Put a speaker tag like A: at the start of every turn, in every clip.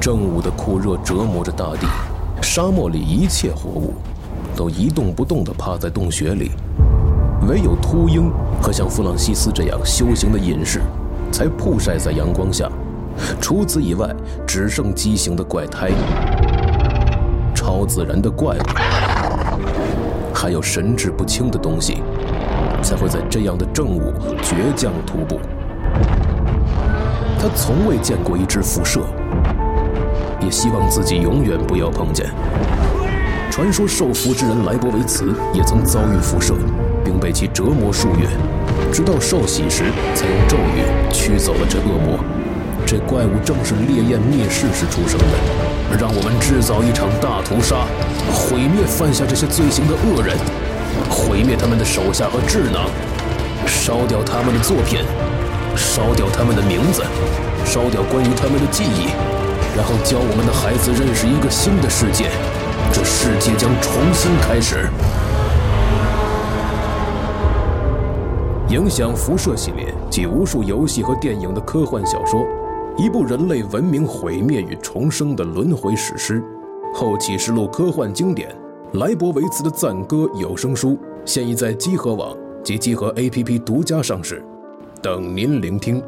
A: 正午的酷热折磨着大地，沙漠里一切活物都一动不动地趴在洞穴里，唯有秃鹰和像弗朗西斯这样修行的隐士，才曝晒在阳光下。除此以外，只剩畸形的怪胎、超自然的怪物，还有神志不清的东西，才会在这样的正午倔强徒步。他从未见过一只辐射，也希望自己永远不要碰见。传说受福之人莱博维茨也曾遭遇辐射，并被其折磨数月，直到受洗时才用咒语驱走了这恶魔。这怪物正是烈焰灭世时出生的，让我们制造一场大屠杀，毁灭犯下这些罪行的恶人，毁灭他们的手下和智囊，烧掉他们的作品。烧掉他们的名字，烧掉关于他们的记忆，然后教我们的孩子认识一个新的世界，这世界将重新开始。影响辐射系列及无数游戏和电影的科幻小说，一部人类文明毁灭与重生的轮回史诗，后启示录科幻经典，莱博维茨的赞歌有声书现已在积禾网及积禾 APP 独家上市。等您聆听。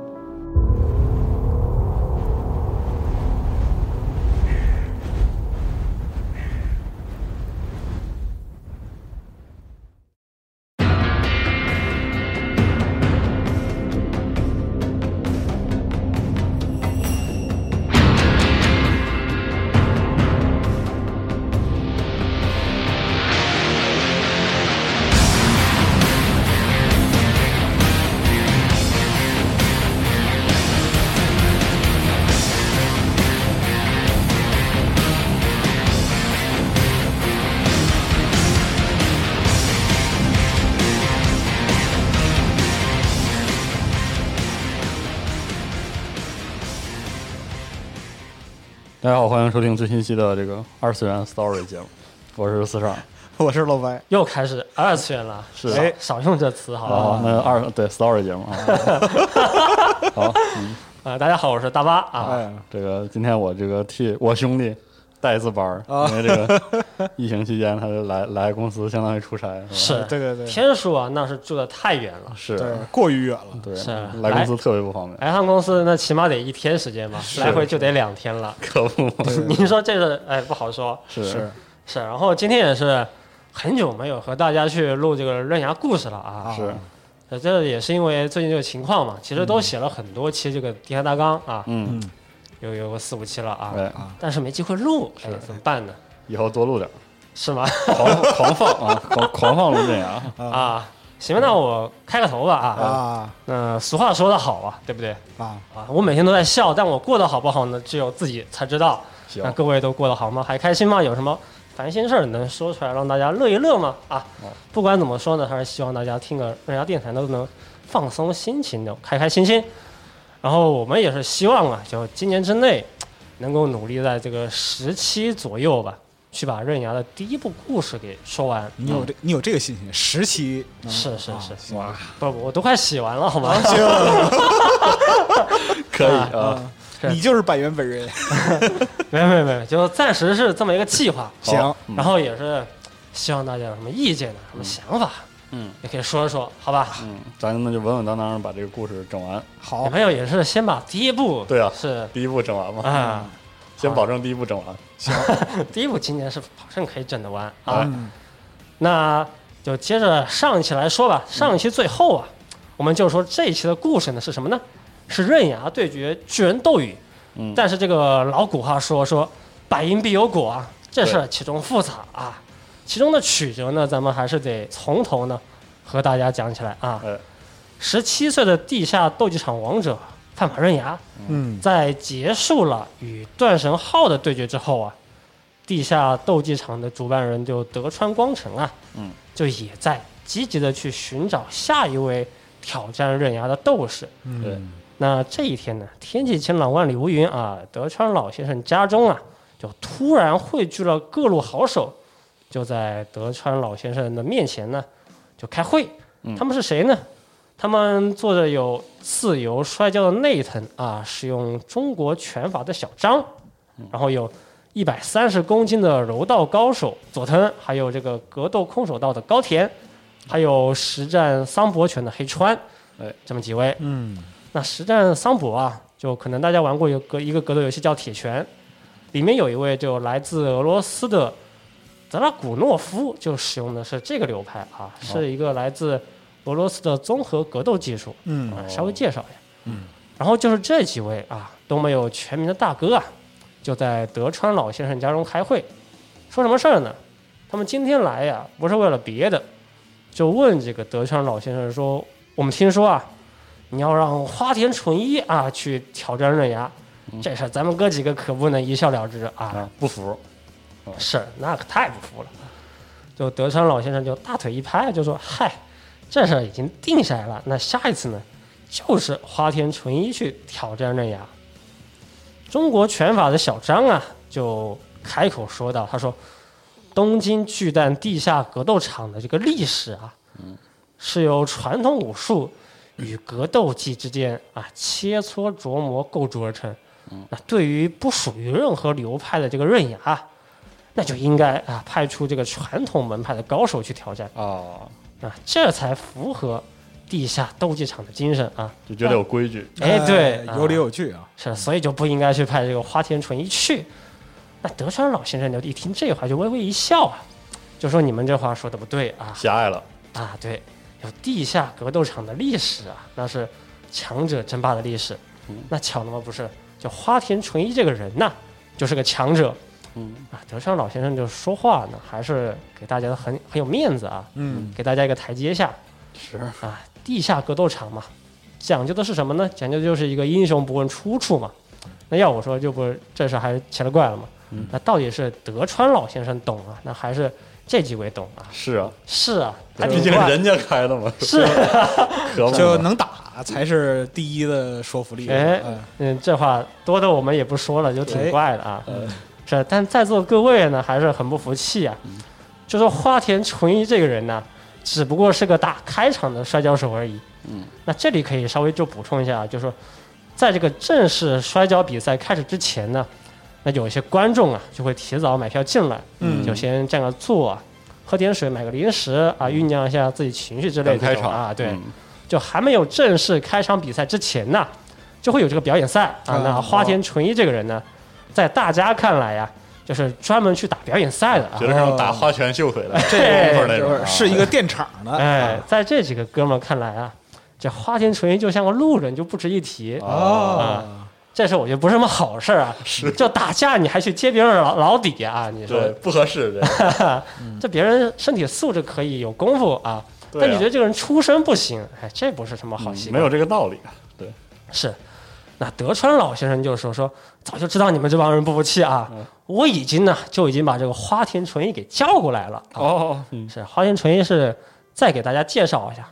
B: 大家好，欢迎收听最新期的这个二次元 Story 节目，我是四十
C: 啊
B: 二。
D: 我是老白，哎
C: 又开始二次元了，
B: 是哦
C: 少少用这词好不
B: 好，
C: 好？
B: 那二对 Story 节目啊， 好，嗯
C: 啊，大家好，我是大巴啊，
D: 哎，
B: 这个今天我这个替我兄弟带一次班儿，
C: 啊
B: 因为这个疫情期间他就来来公司相当于出差，是吧？
C: 是
D: 对对对
C: 天数啊，那是住的太远了。
B: 是
D: 对，过于远了，
B: 对
C: 是
B: 来公司特别不方便，
C: 来趟公司那起码得一天时间吧，来回就得两天了。
B: 可不嘛，
C: 您说这个哎不好说，
D: 啊
B: 是
C: 是。然后今天也是很久没有和大家去录这个刃牙故事了啊，
B: 是，
C: 呃这也是因为最近这个情况嘛，其实都写了很多期这个《地下大纲》啊，
B: 嗯，
C: 有有个四五期了啊，
B: 对，
C: 但是没机会录，哎怎么办呢？
B: 哎以后多录点儿，
C: 是吗？
B: 狂狂放啊， 狂狂放卢振阳，
C: 啊，行，那我开个头吧啊。
D: 啊
C: 那俗话说得好啊，对不对？
D: 啊，
C: 啊，我每天都在笑，但我过得好不好呢？只有自己才知道。
B: 行
C: 那各位都过得好吗？还开心吗？有什么烦心事儿能说出来让大家乐一乐吗？啊，不管怎么说呢，还是希望大家听个人家电台都能放松心情的，开开心心。然后我们也是希望啊，就今年之内能够努力在这个十期左右吧，去把刃牙的第一部故事给说完。
D: 你有这你有这个信心，十期能
C: 是是是
D: 啊行
B: 嗯哇，啊
C: 不不，我都快洗完了，好吗？
B: 可以啊，
C: 是
D: 你就是百元本人，
C: 没有没有没有，就暂时是这么一个计划，
B: 好
D: 行，
B: 嗯
C: 然后也是希望大家有什么意见啊呢，什么想法，
B: 嗯，
C: 也可以说一说，好吧？
B: 嗯，咱那就稳稳当当地把这个故事整完，
D: 好
C: 有，没有也是先把第一步，
B: 对啊嗯
C: 是
B: 第一步整完嘛，
C: 啊，
B: 先保证第一步整完，
C: 第一步今年是保证可以整得完啊。
B: 哎，
D: 嗯
C: 那就接着上一期来说吧，上一期最后啊，我们就说这一期的故事呢是什么呢？是刃牙对决巨人斗羽。
B: 嗯
C: 但是这个老古话说说百因必有果啊，这事儿其中复杂啊，其中的曲折呢，咱们还是得从头呢和大家讲起来啊。
B: 哎，
C: 十七岁的地下斗技场王者范马刃牙，
D: 嗯
C: 在结束了与断神号的对决之后啊，地下斗技场的主办人就德川光成啊，
B: 嗯，
C: 就也在积极的去寻找下一位挑战刃牙的斗士。
B: 对
D: 嗯，
C: 那这一天呢，天气晴朗，万里无云啊，德川老先生家中啊，就突然汇聚了各路好手，就在德川老先生的面前呢，就开会。他们是谁呢？他们坐着有自由摔跤的内藤啊，使用中国拳法的小张，然后有一百三十公斤的柔道高手佐藤，还有这个格斗空手道的高田，还有实战桑博拳的黑川，
B: 哎，
C: 这么几位。
D: 嗯，
C: 那实战桑博啊，就可能大家玩过有格一个格斗游戏叫铁拳，里面有一位就来自俄罗斯的泽拉古诺夫，就使用的是这个流派啊，是一个来自俄罗斯的综合格斗技术。
D: 嗯
C: 啊，稍微介绍一下。嗯，然后就是这几位啊，都没有全民的大哥啊，就在德川老先生家中开会，说什么事儿呢？他们今天来呀，不是为了别的，就问这个德川老先生说：“我们听说啊，你要让花田纯一啊去挑战刃牙，这事儿咱们哥几个可不能一笑了之嗯啊。
B: 啊，不服，
C: 是，那可太不服了。就德川老先生就大腿一拍，就说：“嗨，这事儿已经定下来了，那下一次呢，就是花田纯一去挑战刃牙。”中国拳法的小张啊，就开口说道：“他说，东京巨蛋地下格斗场的这个历史啊，是由传统武术与格斗技之间啊切磋琢磨构筑而成。那对于不属于任何流派的这个刃牙啊，那就应该啊派出这个传统门派的高手去挑战
B: 啊，
C: 啊，这才符合地下斗技场的精神啊。
B: 就觉得有规矩，
C: 哎，对，
D: 有理
C: 啊
D: 有据啊，
C: 是，所以就不应该去派这个花田纯一去。那德川老先生就一听这话就微微一笑啊，就说你们这话说的不对啊
B: 狭隘了，
C: 啊，对，有地下格斗场的历史啊，那是强者争霸的历史。
B: 嗯
C: 那巧了吗？不是，就花田纯一这个人呐、就是个强者。
B: 嗯
C: 啊，德川老先生就说话呢，还是给大家很很有面子啊，
D: 嗯，
C: 给大家一个台阶下。
B: 是
C: 啊，地下格斗场嘛，讲究的是什么呢？讲究的就是一个英雄不问出处嘛。那要我说，就不这事儿还是奇了怪了嘛。
B: 嗯
C: 那到底是德川老先生懂啊，那还是这几位懂啊？
B: 是啊，
C: 是啊，还
B: 毕
C: 挺
B: 竟
C: 怪
B: 人家开的嘛，
C: 是啊，
B: 可不嘛
D: 就能打才是第一的说服力。
C: 哎
D: 嗯，
C: 嗯，这话多的我们也不说了，就挺
D: 哎
C: 怪的啊。是，但在座各位呢，还是很不服气啊。就说花田纯一这个人呢，只不过是个打开场的摔跤手而已。嗯，那这里可以稍微就补充一下啊，就说在这个正式摔跤比赛开始之前呢，那有一些观众啊就会提早买票进来，
D: 嗯
C: 就先占个座、啊，喝点水，买个零食啊，酝酿一下自己情绪之类
B: 等
C: 的
B: 开
C: 这种
B: 场
C: 啊，对。
B: 嗯
C: 就还没有正式开场比赛之前呢，就会有这个表演赛啊
D: 啊。
B: 哦
C: 那花田纯一这个人呢，在大家看来呀、就是专门去打表演赛的啊
B: 觉。得是那种打花拳绣腿的
D: 这
B: 功夫那
D: 哎就
B: 种啊，
D: 是是一个电场的，
C: 哎
D: 啊，
C: 在这几个哥们儿看来啊，这花田纯一就像个路人，就不值一提。啊
D: 哦，
C: 这事儿我觉得不是什么好事儿啊。是，就打架你还去揭别人老老底啊？你说
B: 对不合适，这
C: 这别人身体素质可以有功夫啊，
B: 对啊嗯
C: 但你觉得这个人出身不行，哎，这不是什么好习惯。
B: 没有这个道理，对，
C: 是，那德川老先生就说说，早就知道你们这帮人不服气啊，我已经呢就已经把这个花田纯一给叫过来了。啊、
B: 哦，
C: 是花田纯一是再给大家介绍一下，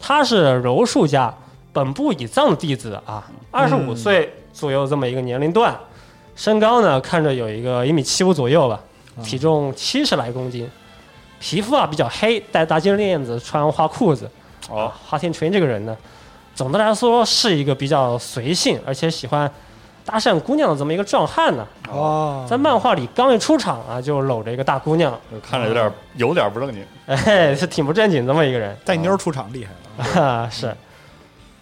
C: 他是柔术家本部以藏的弟子啊，二十五岁左右这么一个年龄段，身高呢看着有一个一米七五左右吧，体重七十来公斤，皮肤啊比较黑，戴大金链子，穿花裤子。
B: 哦，
C: 花田纯一这个人呢，总的来说是一个比较随性，而且喜欢搭讪姑娘的这么一个壮汉呢。
D: 哦，
C: 在漫画里刚一出场啊，就搂着一个大姑娘，
B: 就看着有点有点不正经，
C: 哎，是挺不正经这么一个人
D: 带妞儿出场厉害了，
C: 啊。是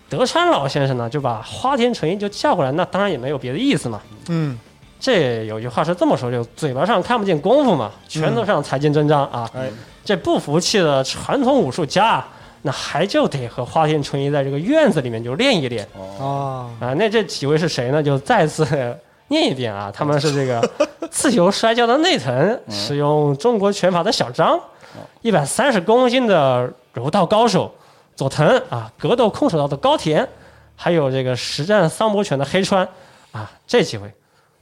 C: 德川老先生呢，就把花田纯一就叫过来，那当然也没有别的意思嘛。
D: 嗯，
C: 这有句话是这么说，就嘴巴上看不见功夫嘛，拳头上才见真章啊。
D: 哎，
C: 这不服气的传统武术家啊，那还就得和花田纯一在这个院子里面就练一练。
D: 哦，
C: 啊，那这几位是谁呢？就再次念一遍啊，他们是这个自由摔跤的内藤，使用中国拳法的小张，一百三十公斤的柔道高手佐藤啊，格斗空手道的高田，还有这个实战桑博拳的黑川啊，这几位。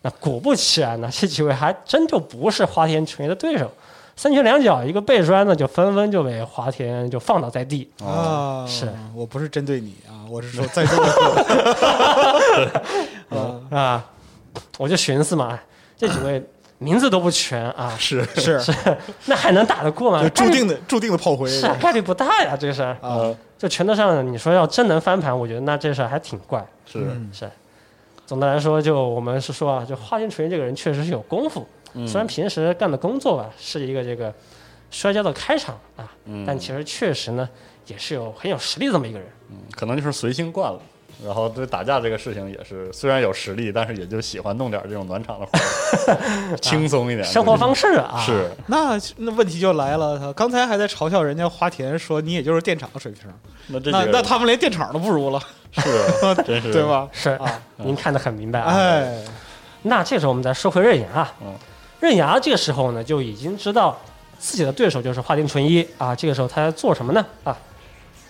C: 那果不其然呢，这几位还真就不是花田纯一的对手，三拳两脚一个背摔呢，就纷纷就被花田就放倒在地。
D: 啊，
C: 是
D: 我不是针对你啊，我是说在座的各位，
C: 啊，我就寻思嘛，这几位名字都不全啊，
B: 是
D: 是
C: 那还能打得过吗
D: 就？注定
C: 概率
D: 的注定的炮灰，
C: 啊是啊，概率不大呀，这事儿。
D: 啊，
C: 就拳头上你说要真能翻盘，我觉得那这事儿还挺怪。
B: 是
C: 是，总的来说，就我们是说啊，就花间纯一这个人确实是有功夫，
D: 嗯
C: 虽然平时干的工作吧是一个这个摔跤的开场啊，
D: 嗯
C: 但其实确实呢也是有很有实力这么一个人。
B: 可能就是随性惯了。然后对打架这个事情也是，虽然有实力，但是也就喜欢弄点这种暖场的活儿，轻松一点。
C: 生活方式啊，
B: 是
D: 那那问题就来了，他刚才还在嘲笑人家花田说你也就是电厂的水平，
B: 那这
D: 那
B: 几个
D: 那他们连电厂都不如了，
B: 是真是
D: 对？吧？
C: 是啊，您看得很明白啊。
D: 哎，
C: 那这时候我们再说回刃牙啊
B: 嗯，
C: 刃牙这个时候呢就已经知道自己的对手就是花田纯一啊。这个时候他在做什么呢？啊，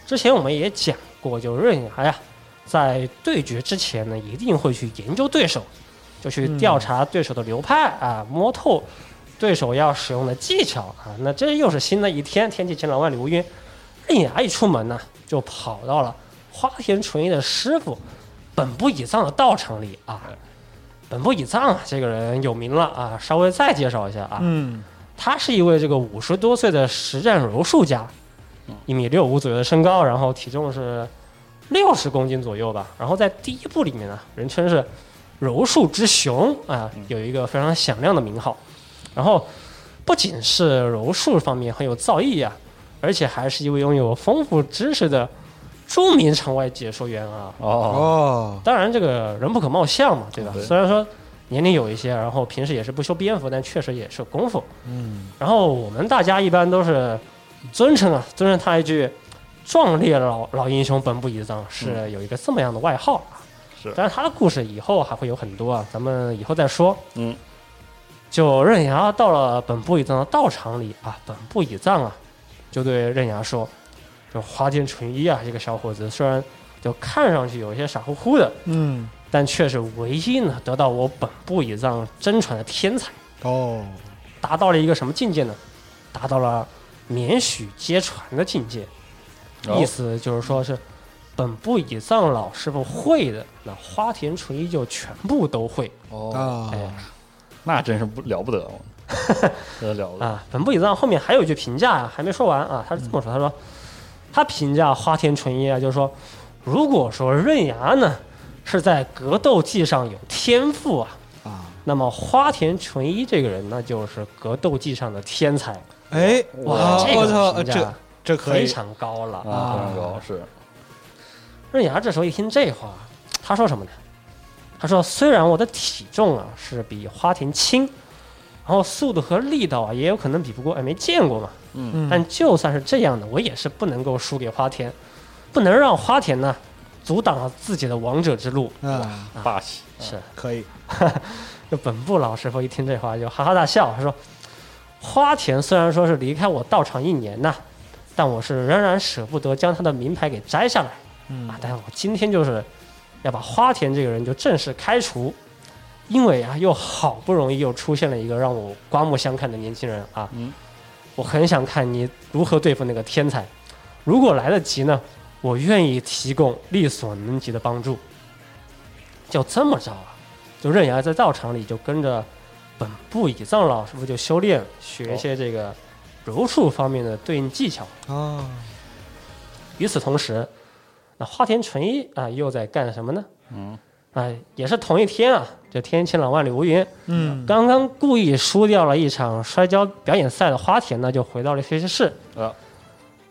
C: 之前我们也讲过，就刃牙呀，在对决之前呢一定会去研究对手，就去调查对手的流派啊，摸透对手要使用的技巧啊。那这又是新的一天，天气晴朗万里无云。刃哎牙一出门呢，就跑到了花田纯一的师傅本部以藏的道场里啊。本部以藏啊，这个人有名了啊，稍微再介绍一下啊，
D: 嗯，
C: 他是一位这个五十多岁的实战柔术家，一米六五左右的身高，然后体重是六十公斤左右吧。然后在第一部里面呢，人称是柔术之雄啊，有一个非常响亮的名号。然后不仅是柔术方面很有造诣啊，而且还是一位拥有丰富知识的著名场外解说员啊。
B: 哦，
D: 哦，
C: 当然，这个人不可貌相嘛，对吧？
B: 对
C: 虽然说年龄有一些，然后平时也是不修边幅，但确实也是功夫。
D: 嗯，
C: 然后我们大家一般都是尊称啊，尊称他一句“壮烈老老英雄本部一藏”，是有一个这么样的外号啊。
B: 是
C: 当然他的故事以后还会有很多啊，咱们以后再说。
B: 嗯，
C: 就刃牙到了本部一藏的道场里啊，本部一藏啊，就对刃牙说：“就花间纯一啊，这个小伙子虽然就看上去有一些傻乎乎的，
D: 嗯，
C: 但却是唯一呢得到我本部以藏真传的天才，
D: 哦，
C: 达到了一个什么境界呢？达到了免许皆传的境界，
B: 哦
C: 意思就是说是本部以藏老师傅会的，那花田纯一就全部都会。
B: 哦，
D: 啊，
C: 哎
B: 那真是不了不得哦，真 了不得。
C: 啊，本部以藏后面还有一句评价啊，还没说完啊，他是这么说，他说他评价花田纯一啊，就是说，如果说刃牙呢是在格斗技上有天赋啊，
D: 啊，
C: 那么花田纯一这个人呢，就是格斗技上的天才，
D: 哎，
C: 哇，
D: 啊
C: 这
D: 我
C: 个
D: 操，
C: 评价
D: 这这可
C: 非
D: 以，
C: 常高了啊！
B: 啊，非常高是，
C: 刃牙这时候一听这话，他说什么呢？他说：“虽然我的体重啊是比花田轻，然后速度和力道啊也有可能比不过，哎，没见过嘛。
D: 嗯
C: 但就算是这样的，我也是不能够输给花田，不能让花田呢阻挡了自己的王者之路。
D: 啊，
B: 霸气，
C: 是，
D: 可以，
C: 这本部老师傅一听这话就哈哈大笑，他说：“花田虽然说是离开我道场一年呐，但我是仍然舍不得将他的名牌给摘下来啊！但我今天就是要把花田这个人就正式开除，因为啊，又好不容易又出现了一个让我刮目相看的年轻人啊！
B: 嗯
C: 我很想看你如何对付那个天才，如果来得及呢，我愿意提供力所能及的帮助。”就这么着啊，就刃牙在道场里就跟着本部以藏老师傅就修炼，学一些这个柔术方面的对应技巧。
D: 啊，
C: 与此同时，那花田纯一啊又在干什么呢？
B: 嗯，
C: 啊，也是同一天啊，这天晴朗万里无云，
D: 嗯，
C: 刚刚故意输掉了一场摔跤表演赛的花田呢，就回到了学习室。
B: 啊，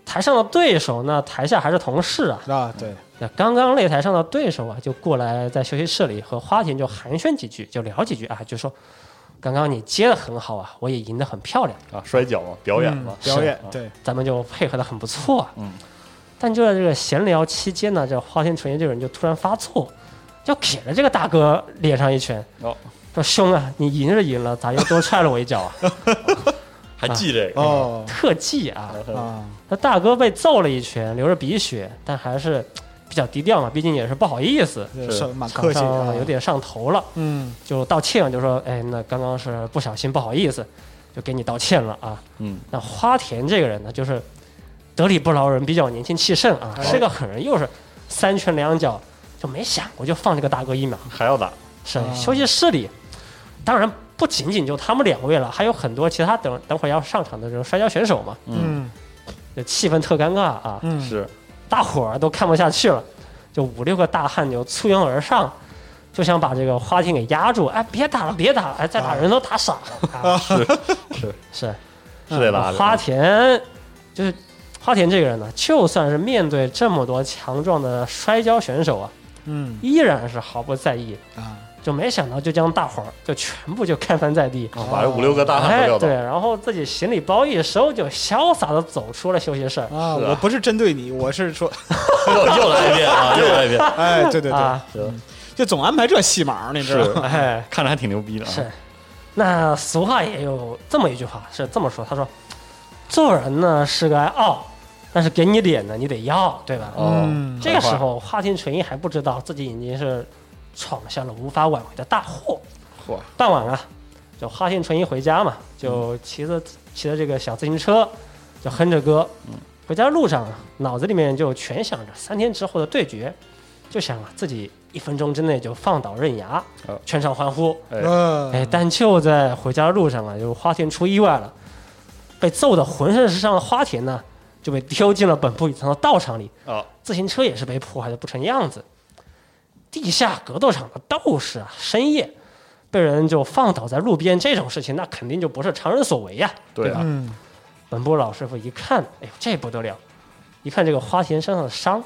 C: 台上的对手呢，台下还是同事啊。
D: 啊，对，
C: 那刚刚擂台上的对手啊，就过来在休息室里和花田就寒暄几句，就聊几句啊，就说刚刚你接的很好啊，我也赢得很漂亮，
B: 啊，摔跤嘛，表演嘛
D: 嗯，表演
B: 是，
D: 对，
C: 咱们就配合的很不错啊。
B: 嗯。
C: 但就在这个闲聊期间呢，这花田纯一这个人就突然发作，就给了这个大哥脸上一拳，
B: 哦，
C: 说兄啊，你赢是赢了，咋又多踹了我一脚啊？
B: 还记这个，
D: 哦，
C: 特技啊！
B: 嗯
D: 啊，
C: 那大哥被揍了一拳，流着鼻血，但还是比较低调嘛，毕竟也是不好意思，
D: 这
B: 是
D: 是蛮
C: 场
D: 客气
C: 上
D: 啊，
C: 有，点上头了。
D: 嗯，
C: 就道歉，就说哎，那刚刚是不小心，不好意思，就给你道歉了啊。
B: 嗯，
C: 那花田这个人呢，就是得理不饶人，比较年轻气盛啊，是个狠人，又是三拳两脚，就没想过就放这个大哥一马。
B: 还要打，
C: 是
D: 啊
C: 休息室里，当然不仅仅就他们两位了，还有很多其他等等会儿要上场的这种摔跤选手嘛，
D: 嗯，
C: 就气氛特尴尬啊，
D: 嗯，
B: 是
C: 大伙儿都看不下去了，就五六个大汉就簇拥而上。就想把这个花田给压住，哎，别打了，别打了，哎，再打人都打傻了。啊、
B: 啊是
C: 是，
B: 是
D: 嗯
B: 得拉着。嗯
C: 花田就是花田这个人呢，就算是面对这么多强壮的摔跤选手啊，
D: 嗯
C: 依然是毫不在意，
D: 啊，
C: 就没想到就将大伙儿就全部就干翻在地。
B: 啊把这五六个
D: 哦
B: 大汉都
C: 哎
B: 撂，倒
C: 对，，然后自己行李包一收，就潇洒的走出了休息室。
D: 啊，
B: 是啊
D: 我不是针对你，我 是说，
B: 又 又来一遍啊，又来一遍，
D: 哎，对对对，
C: 啊，
D: 就总安排这戏码儿，你知道吗？
C: 哎，
B: 嗯看着还挺牛逼的啊。
C: 是，那俗话也有这么一句话是这么说，他说：“做人呢是该傲，但是给你脸呢你得要，对吧？”
B: 哦
D: 嗯，
C: 这个时候，花田纯一还不知道自己已经是闯下了无法挽回的大祸。
B: 嚯
C: 当晚啊，就花田纯一回家嘛，就
B: 嗯
C: 骑着、骑着这个小自行车，就哼着歌。
B: 嗯
C: 回家路上啊，脑子里面就全想着三天之后的对决，就想啊自己一分钟之内就放倒刃牙
B: 哦，
C: 全场欢呼。
B: 哎
C: 哎
D: 嗯，，
C: 但就在回家的路上啊，就花田出意外了，被揍得浑身是伤的花田呢，就被丢进了本部以层的道场里，
B: 啊，
C: 自行车也是被破坏的不成样子。地下格斗场的斗士啊，深夜被人就放倒在路边，这种事情那肯定就不是常人所为呀、
B: 对啊，
D: 嗯，
C: 本部老师傅一看，哎呦，这不得了！一看这个花田身上的伤，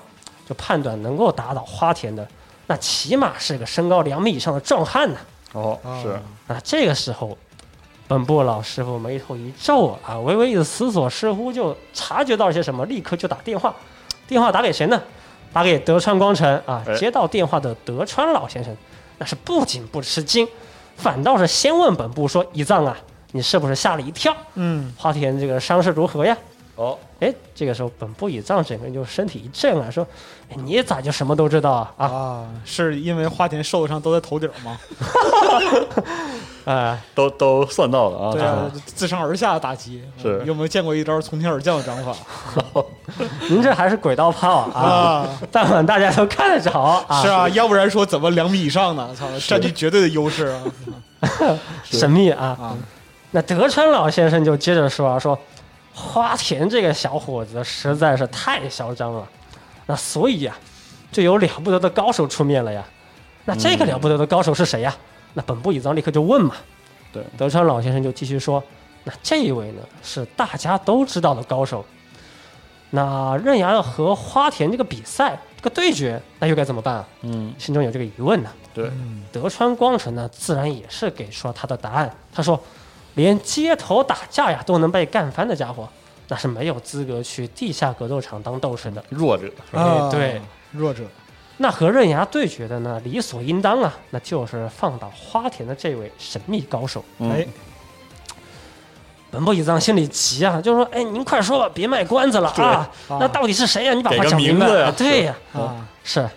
C: 就判断能够打倒花田的，那起码是个身高两米以上的壮汉呐、
B: 哦
D: 啊
B: 是，
C: 啊，这个时候，本部老师傅眉头一皱啊，微微一思索，似乎就察觉到些什么，立刻就打电话。电话打给谁呢？打给德川光成啊
B: 哎。
C: 接到电话的德川老先生，那是不仅不吃惊，反倒是先问本部说：“一藏啊，你是不是吓了一跳？
D: 嗯，
C: 花田这个伤势如何呀？”
B: 哦
C: 哎，这个时候本部以藏整个人就身体一震啊，说：“哎你咋就什么都知道啊？”啊
D: 啊，是因为花田受的伤都在头顶吗？
C: 啊，
B: 都都算到了啊，
D: 对啊，自上而下的打击，嗯
B: 是
D: 有没有见过一招从天而降的掌法
C: 您这还是鬼刀炮啊！
D: 啊？
C: 但凡大家都看得着啊，
D: 是啊，要不然说怎么两米以上呢？操，占据绝对的优势啊！
C: 神秘啊。
D: 啊，
C: 那德川老先生就接着说啊，说花田这个小伙子实在是太嚣张了，那所以呀、就有了不得的高手出面了呀。那这个了不得的高手是谁呀、那本部以藏立刻就问嘛。
B: 对
C: 德川老先生就继续说，那这一位呢是大家都知道的高手。那刃牙和花田这个比赛这个对决，那又该怎么办啊？
B: 嗯
C: 心中有这个疑问呢、
B: 对，
D: 嗯
C: 德川光成呢，自然也是给出了他的答案。他说，连街头打架呀都能被干翻的家伙，那是没有资格去地下格斗场当斗士的。
B: 弱者
D: 啊
C: 对，
D: 弱者
C: 那和刃牙对决的呢，理所应当啊，那就是放倒花田的这位神秘高手。
B: 嗯
D: 哎
C: 本部一藏心里急啊，就说：“哎，您快说吧，别卖关子了啊！
D: 对啊
C: 那到底是谁呀、你把
B: 给
C: 话
B: 个
C: 讲明白
B: 名字呀
C: 啊对呀、
B: 嗯
D: 啊，
C: 是，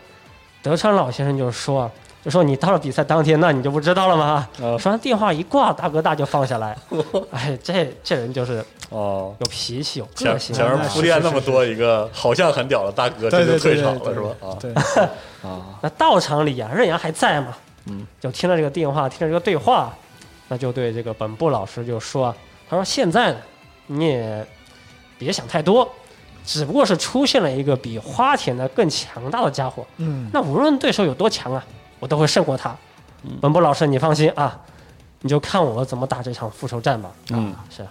C: 德川老先生就说，就说你到了比赛当天，那你就不知道了吗？
B: 啊
C: 说完电话一挂，大哥大就放下来。 哎，这这人就是
B: 哦。
C: 有脾气，有个
B: 前
C: 性。
B: 前面
C: 啊
B: 铺垫那么多，一个好像很屌的大哥，
D: 对
B: 这就
D: 对对
B: 退
D: 对
B: 场了
D: 对
B: 是吧？啊，
D: 对，
C: 那道场里啊，任阳还在嘛？
B: 嗯，
C: 就听了这个电话，听了这个对话，那就对这个本部老师就说：“他说现在呢，你也别想太多，只不过是出现了一个比花田的更强大的家伙。
D: 嗯，
C: 那无论对手有多强啊，我都会胜过他。
D: 嗯
C: 本部老师，你放心啊，你就看我怎么打这场复仇战吧。啊
B: 嗯，
C: 是，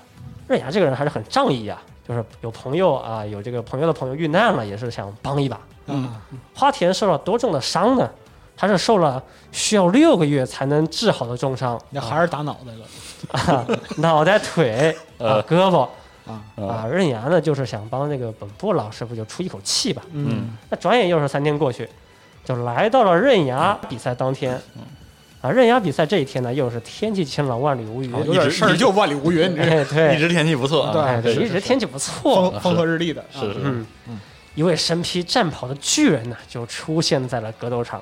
C: 刃牙这个人还是很仗义啊，就是有朋友啊，有这个朋友的朋友遇难了，也是想帮一把。
D: 嗯，
C: 花田受了多重的伤呢？他是受了需要六个月才能治好的重伤，
D: 那还是打脑袋了
C: 啊、 脑袋、腿、啊、
B: 呃
C: 胳膊
D: 啊，
C: 啊。刃牙呢，就是想帮这个本部老师傅就出一口气吧。
D: 嗯，
C: 那转眼又是三天过去，就来到了刃牙
B: 嗯
C: 比赛当天。啊，刃牙比赛这一天呢，又是天气晴朗，万里无云。
D: 有点
B: 嗯一直
D: 事儿就万里无云，你这
C: 哎，
B: 一
C: 对，
B: 直天气不错啊，
C: 哎，对，
B: 是
C: 一直天气不错。
D: 风风和日丽的，
B: 哎是
D: 啊
B: 是
C: 嗯，一位身披战袍的巨人呢，就出现在了格斗场，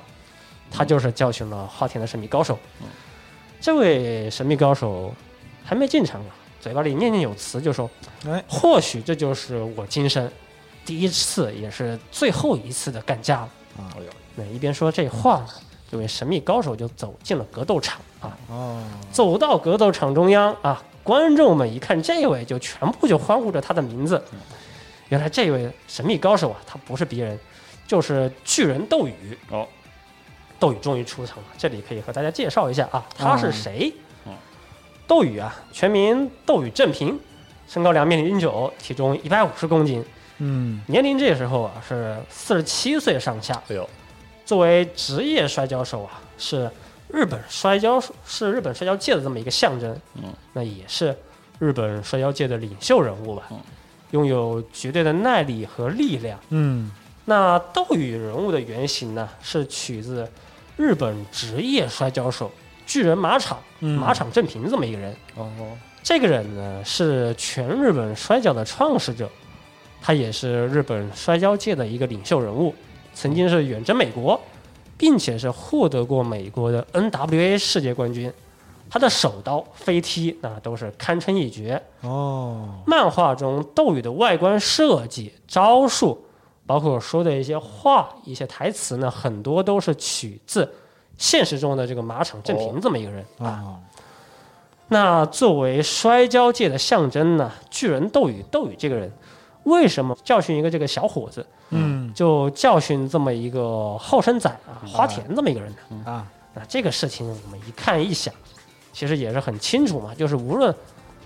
C: 他就是教训了花田的神秘高手。这位神秘高手还没进场啊，嘴巴里念念有词，就说
D: 哎：“
C: 或许这就是我今生第一次，也是最后一次的干架了。”
B: 哎呦
C: 那一边说这话呢，这位神秘高手就走进了格斗场啊，
D: 哦，
C: 走到格斗场中央啊，观众们一看这位，就全部就欢呼着他的名字。原来这位神秘高手啊，他不是别人，就是巨人斗宇。
B: 哦，
C: 窦宇终于出场了，这里可以和大家介绍一下啊，他是谁
B: 嗯？
C: 窦宇啊，全名窦宇正平，身高两米零九，体重一百五十公斤，
D: 嗯
C: 年龄这时候啊是四十七岁上下。
B: 哎呦，
C: 作为职业摔跤手啊，是日本摔跤是日本摔跤界的这么一个象征，
B: 嗯，
C: 那也是日本摔跤界的领袖人物吧，
B: 嗯
C: 拥有绝对的耐力和力量。
D: 嗯
C: 那斗宇人物的原型呢，是取自日本职业摔跤手巨人马场、
D: 嗯
C: 马场正平这么一个人。
B: 哦，
C: 这个人呢是全日本摔跤的创始者，他也是日本摔跤界的一个领袖人物，曾经是远征美国，并且是获得过美国的 NWA 世界冠军。他的手刀、飞踢那都是堪称一绝。
D: 哦
C: 漫画中斗宇的外观设计、招数，包括说的一些话、一些台词呢，很多都是取自现实中的这个马场正平这么一个人、啊。
D: 啊
C: 那作为摔跤界的象征呢，巨人斗宇斗宇这个人，为什么教训一个这个小伙子，
D: 嗯
C: 就教训这么一个后生仔啊，花田这么一个人呢？
D: 啊
C: 那这个事情我们一看一想，其实也是很清楚嘛，就是无论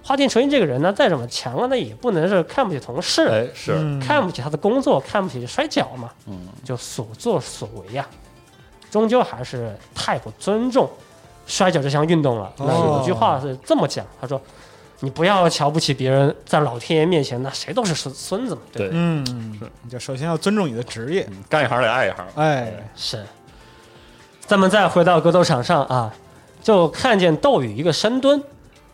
C: 花田纯一这个人呢再怎么强啊，那也不能是看不起同事，啊
B: 哎是，
D: 嗯
C: 看不起他的工作，看不起摔跤嘛，
B: 嗯，
C: 就所作所为呀、终究还是太不尊重摔跤这项运动了。那
D: 哦
C: 有句话是这么讲，他说：“你不要瞧不起别人，在老天爷面前，那谁都是孙孙子嘛。”对
B: 对，
C: 吧，
D: 嗯，你就首先要尊重你的职业，
B: 嗯干一行得爱一行，
D: 哎，
C: 是。咱们再回到格斗场上啊，就看见斗宇一个深蹲，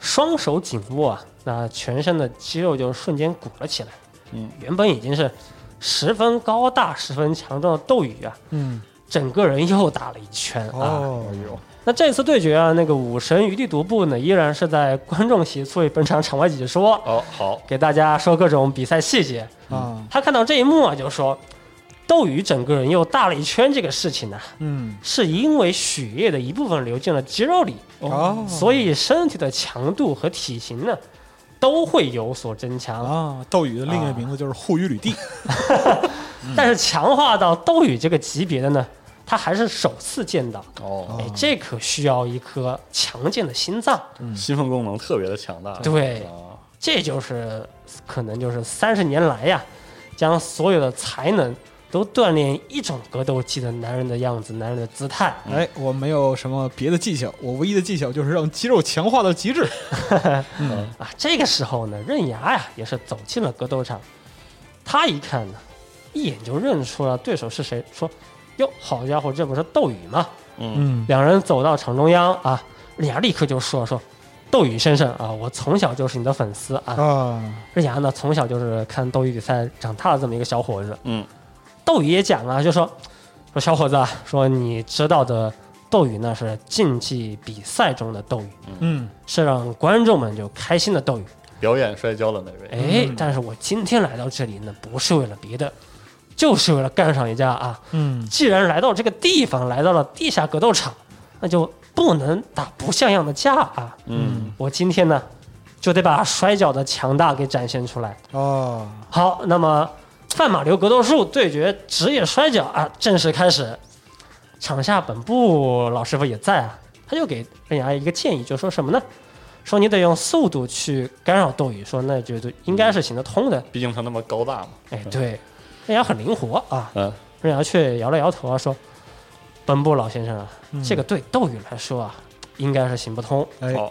C: 双手紧握啊，那全身的肌肉就瞬间鼓了起来。
B: 嗯，
C: 原本已经是十分高大、十分强壮的斗宇啊，
D: 嗯
C: 整个人又打了一圈啊。
D: 哦
C: 那这次对决啊，那个武神余地独步呢，依然是在观众席作为本场场外解说，
B: 哦好，
C: 给大家说各种比赛细节。
D: 啊
C: 他看到这一幕啊，就说：“斗宇整个人又大了一圈，这个事情呢、
D: 嗯
C: 是因为血液的一部分流进了肌肉里，
D: 哦
C: 所以身体的强度和体型呢，都会有所增强。
D: 啊，斗宇的另一个名字就是护宇吕地，
C: 但是强化到斗宇这个级别的呢，他还是首次见到。
B: 哦，
C: 哎，这可需要一颗强健的心脏。
B: 兴奋功能特别的强大，
C: 对
B: 啊，
C: 这就是可能就是三十年来呀，将所有的才能都锻炼一种格斗技的男人的样子，男人的姿态。
D: 哎，我没有什么别的技巧，我唯一的技巧就是让肌肉强化到极致。
C: 啊，这个时候呢，刃牙呀也是走进了格斗场，他一看呢，一眼就认出了对手是谁，说：“哟，好家伙，这不是斗宇吗
B: 嗯，
D: 嗯？”
C: 两人走到场中央啊，刃牙立刻就说：“说斗宇先生啊，我从小就是你的粉丝啊。
D: 啊，
C: 刃牙呢，从小就是看斗宇比赛长大的这么一个小伙子。
B: 嗯，
C: 斗宇也讲啊，就说说小伙子啊，说你知道的斗宇那是竞技比赛中的斗宇，
D: 嗯
C: 是让观众们就开心的斗宇。
B: 表演摔跤的那位，
C: 哎，
D: 嗯
C: 但是我今天来到这里呢，不是为了别的，就是为了干上一架啊！
D: 嗯
C: 既然来到这个地方，来到了地下格斗场，那就不能打不像样的架啊！
B: 嗯，
C: 我今天呢，就得把摔跤的强大给展现出来。
D: 啊，
C: 好，那么范马流格斗术对决职业摔跤啊，正式开始。场下本部老师傅也在啊，他就给刃牙一个建议，就说什么呢？说你得用速度去干扰斗宇，说那就就应该是行得通的。
B: 毕竟他那么高大嘛，
C: 哎，对，刃牙很灵活啊。
B: 嗯，
C: 刃牙却摇了摇头啊，说：“本部老先生啊，这个对斗宇来说啊，应该是行不通。
D: 哎，
B: 嗯好，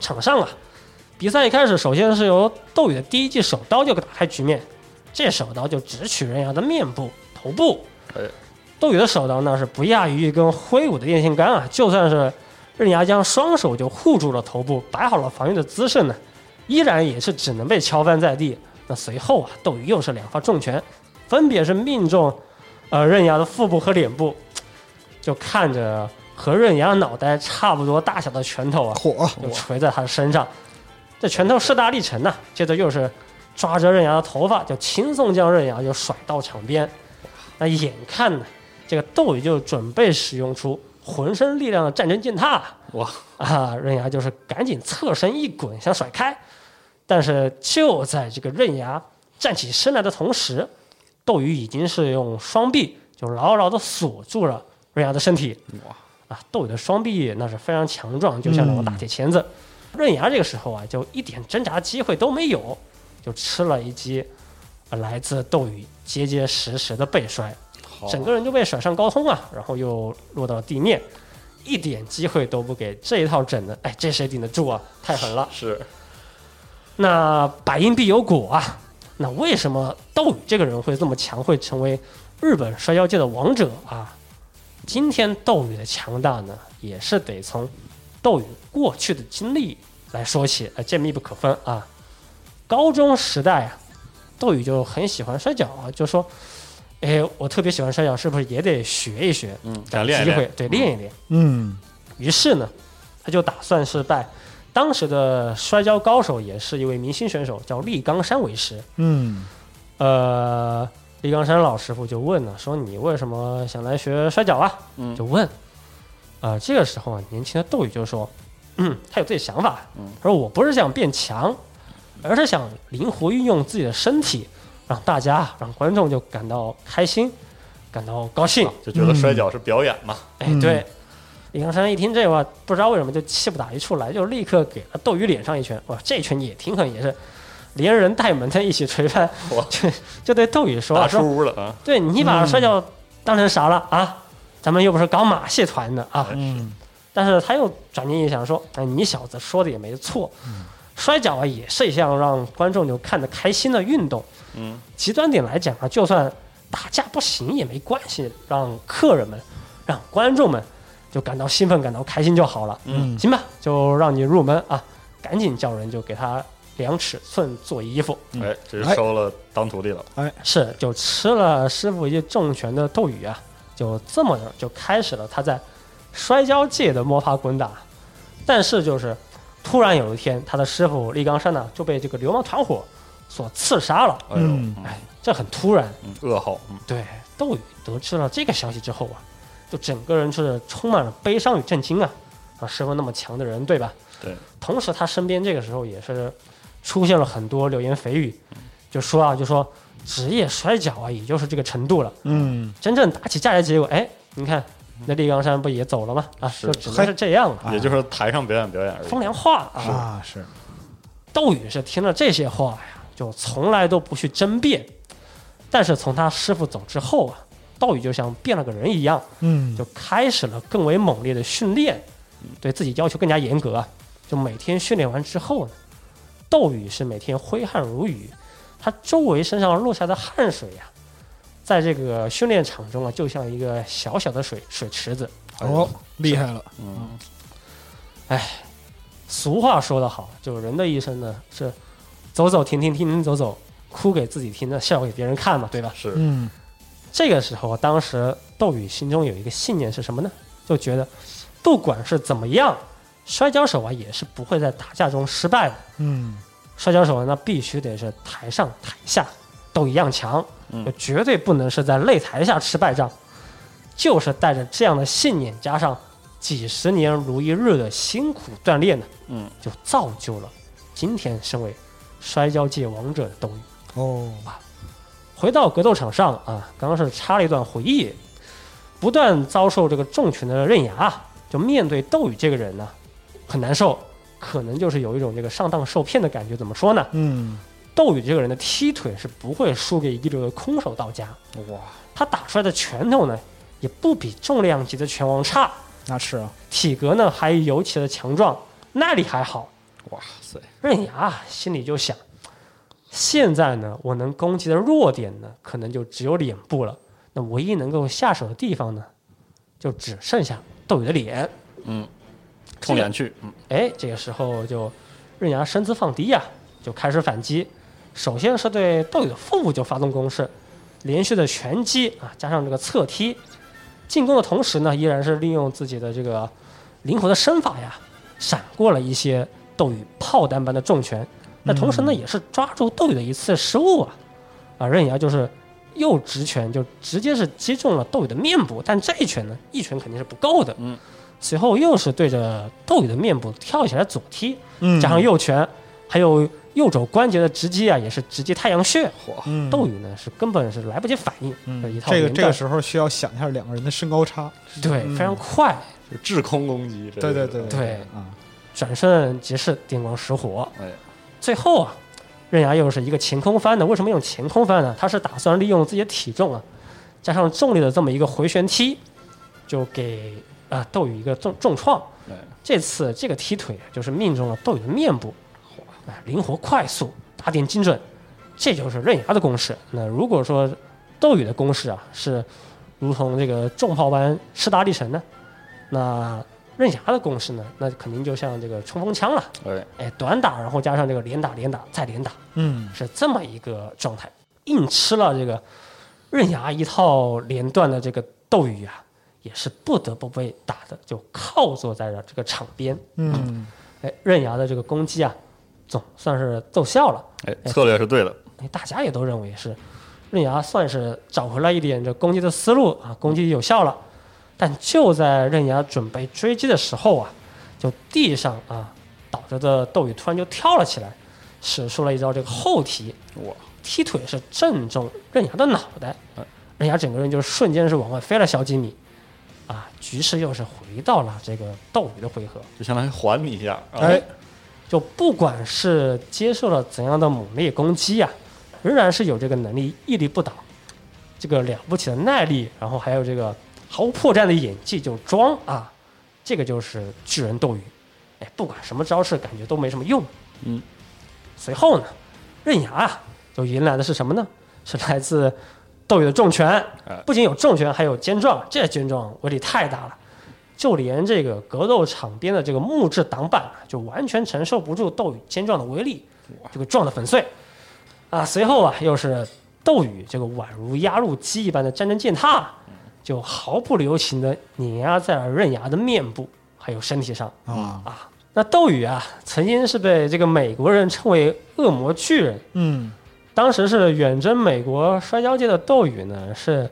C: 场上啊，比赛一开始，首先是由斗宇的第一记手刀就给打开局面，这手刀就直取人牙的面部、头部。
B: 哎，
C: 斗宇的手刀呢是不亚于一根挥舞的电线杆啊，就算是刃牙将双手就护住了头部，摆好了防御的姿势呢，依然也是只能被敲翻在地。那随后啊，斗宇又是两发重拳，分别是命中呃刃牙的腹部和脸部，就看着和刃牙脑袋差不多大小的拳头啊，
D: 火，
C: 就捶在他的身上。这拳头势大力沉呐、接着又是抓着刃牙的头发，就轻松将刃牙就甩到场边。那眼看呢，这个斗宇就准备使用出浑身力量的战争践踏
B: 哇，
C: 啊！刃牙就是赶紧侧身一滚，想甩开，但是就在这个刃牙站起身来的同时，斗宇已经是用双臂就牢牢的锁住了瑞亚的身体，
D: 哇，
C: 啊，窦伟的双臂那是非常强壮，就像两个大铁钳子。刃牙这个时候啊，就一点挣扎机会都没有，就吃了一击，呃来自窦宇结结实实的背摔，
B: 哦
D: 好
C: 整个人就被甩上高空啊，然后又落到地面，一点机会都不给。这一套整的，哎，这谁顶得住啊？太狠了！
B: 是
C: 那百因必有果啊！那为什么斗宇这个人会这么强，会成为日本摔跤界的王者啊？今天斗宇的强大呢，也是得从斗宇过去的经历来说起，呃，这密不可分啊。高中时代啊，斗宇就很喜欢摔跤啊，就说：“哎，我特别喜欢摔跤，是不是也得学一学？
B: 嗯
C: 找
B: 练一
C: 机会
B: 练，
C: 对，练一练。”
D: 嗯，
C: 于是呢，他就打算是拜当时的摔跤高手，也是一位明星选手，叫栗冈山为师。
D: 嗯，
C: 呃，栗冈山老师傅就问了，说你为什么想来学摔跤啊？
B: 嗯
C: 就问。呃，这个时候啊，年轻的窦宇就说，嗯，他有自己想法，他说我不是想变强，而是想灵活运用自己的身体，让大家让观众就感到开心，感到高兴。
B: 就觉得摔跤是表演嘛，
C: 哎，
D: 嗯
C: 对，李康山一听这话，不知道为什么就气不打一处来，就立刻给了斗鱼脸上一拳。哇，这拳也挺狠，也是连人带门的一起捶翻
B: 哇，
C: 就就对斗鱼说
B: 打
C: 说，
B: 出了啊，
C: 对你把
D: 嗯
C: 摔跤当成啥了啊？咱们又不是搞马戏团的啊！
D: 嗯，
C: 但是他又转念一想说，哎，你小子说的也没错，
D: 嗯
C: 摔跤啊也是一项让观众就看得开心的运动。
B: 嗯，
C: 极端点来讲啊，就算打架不行也没关系，让客人们、让观众们就感到兴奋、感到开心就好了。
D: 嗯
C: 行吧，就让你入门啊，赶紧叫人就给他量尺寸做衣服。
B: 哎，这是收了当徒弟了，
C: 是，就吃了师傅一记重拳的斗鱼啊，就这么着就开始了他在摔跤界的摸爬滚打。但是就是突然有一天，他的师傅栗冈山呢就被这个流氓团伙所刺杀了，
B: 哎呦，
D: 嗯
B: 嗯
C: 哎，这很突然。
B: 嗯噩耗，嗯
C: 对，窦宇得知了这个消息之后啊，就整个人是充满了悲伤与震惊啊！啊，师傅那么强的人，对吧？
B: 对。
C: 同时，他身边这个时候也是出现了很多流言蜚语，就说啊，就说职业摔跤啊，也就是这个程度了。
D: 嗯，
C: 真正打起架来，结果哎，你看那栗冈山不也走了吗？啊，
B: 是
C: 就只能是这样了，
B: 也就是说台上表演表演而已，
C: 风凉话啊。
D: 啊是，
C: 窦宇是听了这些话呀，就从来都不去争辩。但是从他师傅走之后啊，窦宇就像变了个人一样，
D: 嗯
C: 就开始了更为猛烈的训练，对自己要求更加严格啊。就每天训练完之后呢，窦宇是每天挥汗如雨，他周围身上落下的汗水呀、在这个训练场中啊，就像一个小小的水水池子。
D: 哦，厉害了，
B: 嗯，
C: 俗话说得好，就人的一生呢是走走停停停停走走，哭给自己听，那笑给别人看嘛，对吧？
B: 是，
D: 嗯
C: 这个时候，当时窦宇心中有一个信念是什么呢？就觉得不管是怎么样，摔跤手啊也是不会在打架中失败的。
D: 嗯
C: 摔跤手啊那必须得是台上台下都一样强，
B: 嗯
C: 就绝对不能是在擂台下吃败仗。就是带着这样的信念，加上几十年如一日的辛苦锻炼呢，
B: 嗯，
C: 就造就了今天身为摔跤界王者的窦宇。
D: 哦，
C: 回到格斗场上啊，刚刚是插了一段回忆，不断遭受这个重拳的刃牙啊，就面对窦宇这个人呢、啊很难受，可能就是有一种这个上当受骗的感觉。怎么说呢？
D: 嗯
C: 窦宇这个人的踢腿是不会输给一流的空手道家，
D: 哇，
C: 他打出来的拳头呢，也不比重量级的拳王差，
D: 那是啊，
C: 体格呢还尤其的强壮，耐力还好。
B: 哇塞，
C: 刃牙啊心里就想，现在呢，我能攻击的弱点呢，可能就只有脸部了。那唯一能够下手的地方呢，就只剩下窦宇的脸。
B: 嗯，冲脸去，嗯，
C: 哎，这个时候就刃牙身姿放低呀、就开始反击。首先是对窦宇的腹部就发动攻势，连续的拳击啊，加上这个侧踢，进攻的同时呢，依然是利用自己的这个灵活的身法呀，闪过了一些窦宇炮弹般的重拳。那同时呢，也是抓住窦宇的一次失误啊，啊，刃牙就是右直拳就直接是击中了窦宇的面部，但这一拳呢，一拳肯定是不够的。
B: 嗯，
C: 随后又是对着窦宇的面部跳起来左踢，
D: 嗯
C: 加上右拳，还有右肘关节的直击啊，也是直击太阳穴，
D: 嗯
C: 斗宇呢是根本是来不及反应的一
D: 嗯，
C: 套
D: 这个
C: 连
D: 这个
C: 战，
D: 时候需要想一下两个人的身高差，
C: 对
D: 嗯
C: 非常快，
B: 就制空攻击，这
D: 对对
B: 是
D: 对
C: 对
D: 啊，
C: 转瞬即逝，电光石火。
B: 哎，
C: 最后啊，刃牙又是一个晴空翻的。为什么用晴空翻呢？他是打算利用自己的体重啊，加上重力的这么一个回旋踢，就给啊斗宇一个重重创。
B: 哎
C: 这次这个踢腿啊就是命中了斗宇的面部，啊，灵活快速，打点精准，这就是刃牙的攻势。那如果说斗宇的攻势啊是如同这个重炮般势大力沉呢，那刃牙的攻势呢，那肯定就像这个冲锋枪了。
B: 哎，
C: 哎，短打，然后加上这个连打、连打再连打，
D: 嗯
C: 是这么一个状态，硬吃了这个刃牙一套连段的这个斗鱼啊，也是不得不被打的，就靠坐在了这个场边。
D: 嗯，
C: 哎，刃牙的这个攻击啊，总算是奏效了。
B: 哎，策略是对的，
C: 哎，大家也都认为是刃牙算是找回了一点这攻击的思路啊，攻击有效了。但就在刃牙准备追击的时候啊，就地上啊倒着的斗宇突然就跳了起来，使出了一招这个后踢，
B: 哇，
C: 踢腿是正中刃牙的脑袋
B: 哎，
C: 刃牙整个人就瞬间是往外飞了小几米，啊，局势又是回到了这个斗鱼的回合。
B: 就相当于还你一下，啊
D: 哎，
C: 就不管是接受了怎样的猛烈攻击呀、仍然是有这个能力屹立不倒，这个了不起的耐力，然后还有这个毫无破绽的演技，就装啊，这个就是巨人斗鱼。哎，不管什么招式，感觉都没什么用。
B: 嗯，
C: 随后呢，刃牙啊，就迎来的是什么呢？是来自斗鱼的重拳
B: 哎，
C: 不仅有重拳，还有肩撞。这肩撞威力太大了，就连这个格斗场边的这个木质挡板啊，就完全承受不住斗宇肩撞的威力，就给撞得粉碎。啊，随后啊，又是斗宇这个宛如压路机一般的战针践踏，就毫不留情的碾压在了刃牙的面部还有身体上。
D: 啊，
C: 那斗宇啊，曾经是被这个美国人称为“恶魔巨人”，
D: 嗯
C: 当时是远征美国摔跤界的斗宇呢，是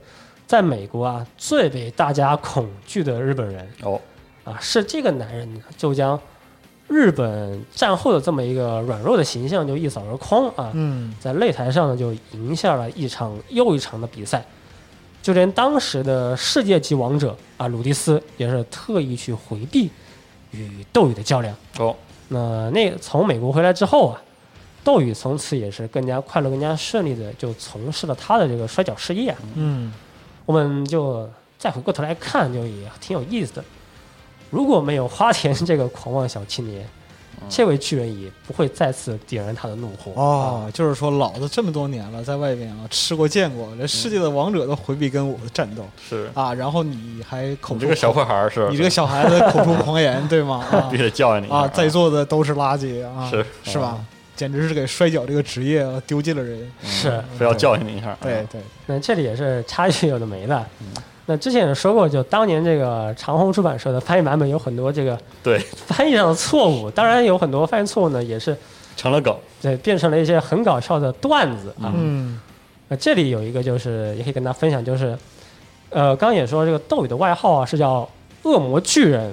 C: 在美国啊最被大家恐惧的日本人
B: 哦，
C: 啊，是这个男人呢就将日本战后的这么一个软弱的形象就一扫而空啊，
D: 嗯
C: 在擂台上呢就赢下了一场又一场的比赛，就连当时的世界级王者啊鲁迪斯也是特意去回避与斗宇的较量。
B: 哦，
C: 那那从美国回来之后啊，斗宇从此也是更加快乐、更加顺利的就从事了他的这个摔跤事业啊。
D: 嗯
C: 我们就再回过头来看，就也挺有意思的。如果没有花田这个狂妄小青年，这位巨人也不会再次点燃他的怒火。
D: 哦，就是说老子这么多年了，在外边啊吃过见过，连世界的王者都回避跟我的战斗
B: 是
D: 啊，然后你还口
B: 你这
D: 出
B: 个小破孩儿是，
D: 你这个小孩子口出狂言，对吗？啊
B: 必须得教育你一下
D: 啊，在座的都是垃圾啊，
B: 是
D: 是吧？简直是给摔跤这个职业啊丢尽了人。
C: 是，
B: 非要教育你一下，
D: 对
B: 啊，
D: 对，
C: 那这里也是插曲有的没的。那之前也说过，就当年这个长虹出版社的翻译版本有很多这个
B: 对，
C: 翻译上的错误，当然有很多翻译错误呢，也是
B: 成了梗，
C: 对，变成了一些很搞笑的段子啊。
D: 嗯
C: 那这里有一个就是也可以跟大家分享，就是呃，刚刚也说这个斗宇的外号啊是叫恶魔巨人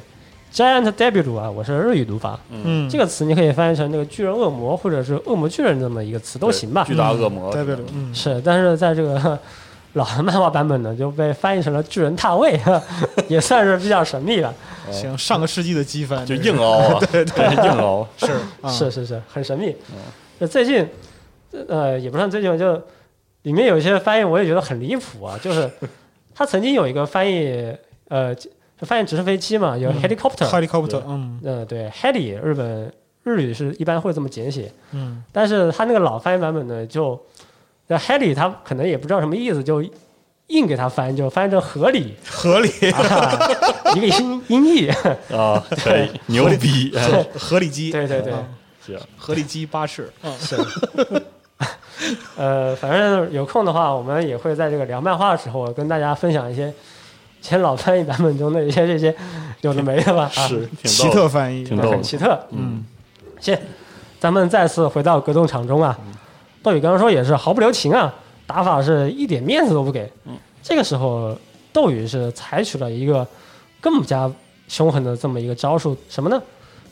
C: （Giant Devil） 啊，我是日语读法。
D: 嗯，
C: 这个词你可以翻译成这个巨人恶魔或者是恶魔巨人这么一个词都
B: 对
C: 行吧
B: 巨。大恶魔，
D: 代表了嗯
C: 是，但是在这个老的漫画版本呢，就被翻译成了巨人踏位， 也算是比较神秘了。
D: 行，上个世纪的机翻
B: 就硬 凹啊，对硬凹，
D: 是啊
C: 是是是，很神秘。那最近，呃，也不算最近吧，就里面有一些翻译，我也觉得很离 谱啊。就是他曾经有一个翻译，呃，就翻译直升飞机嘛，有
D: 嗯
C: helicopter，
D: helicopter，嗯
C: 呃，对，heli，日本日语是一般会这么简写，
D: 嗯
C: 但是他那个老翻译版本呢，就那 heli 他可能也不知道什么意思，就硬给他翻，就翻译成合 理，
D: 合理
C: 啊、一个音音 译。
B: 啊，可以，牛逼，哎
D: 合理机，
C: 对对对
D: 啊
B: 行，
D: 合理机巴士，嗯
C: 呃，反正有空的话，我们也会在这个聊漫画的时候跟大家分享一些以前老翻译版本中的一些这些有的没的吧，啊，
B: 是挺
D: 奇
B: 逗的
D: 特翻译，
B: 挺
C: 对
B: 逗
C: 很
B: 的
C: 奇特。嗯，行，咱们再次回到格斗场中啊，
B: 嗯
C: 窦宇刚刚说也是毫不留情啊，打法是一点面子都不给。嗯，这个时候窦宇是采取了一个更加凶狠的这么一个招数，什么呢？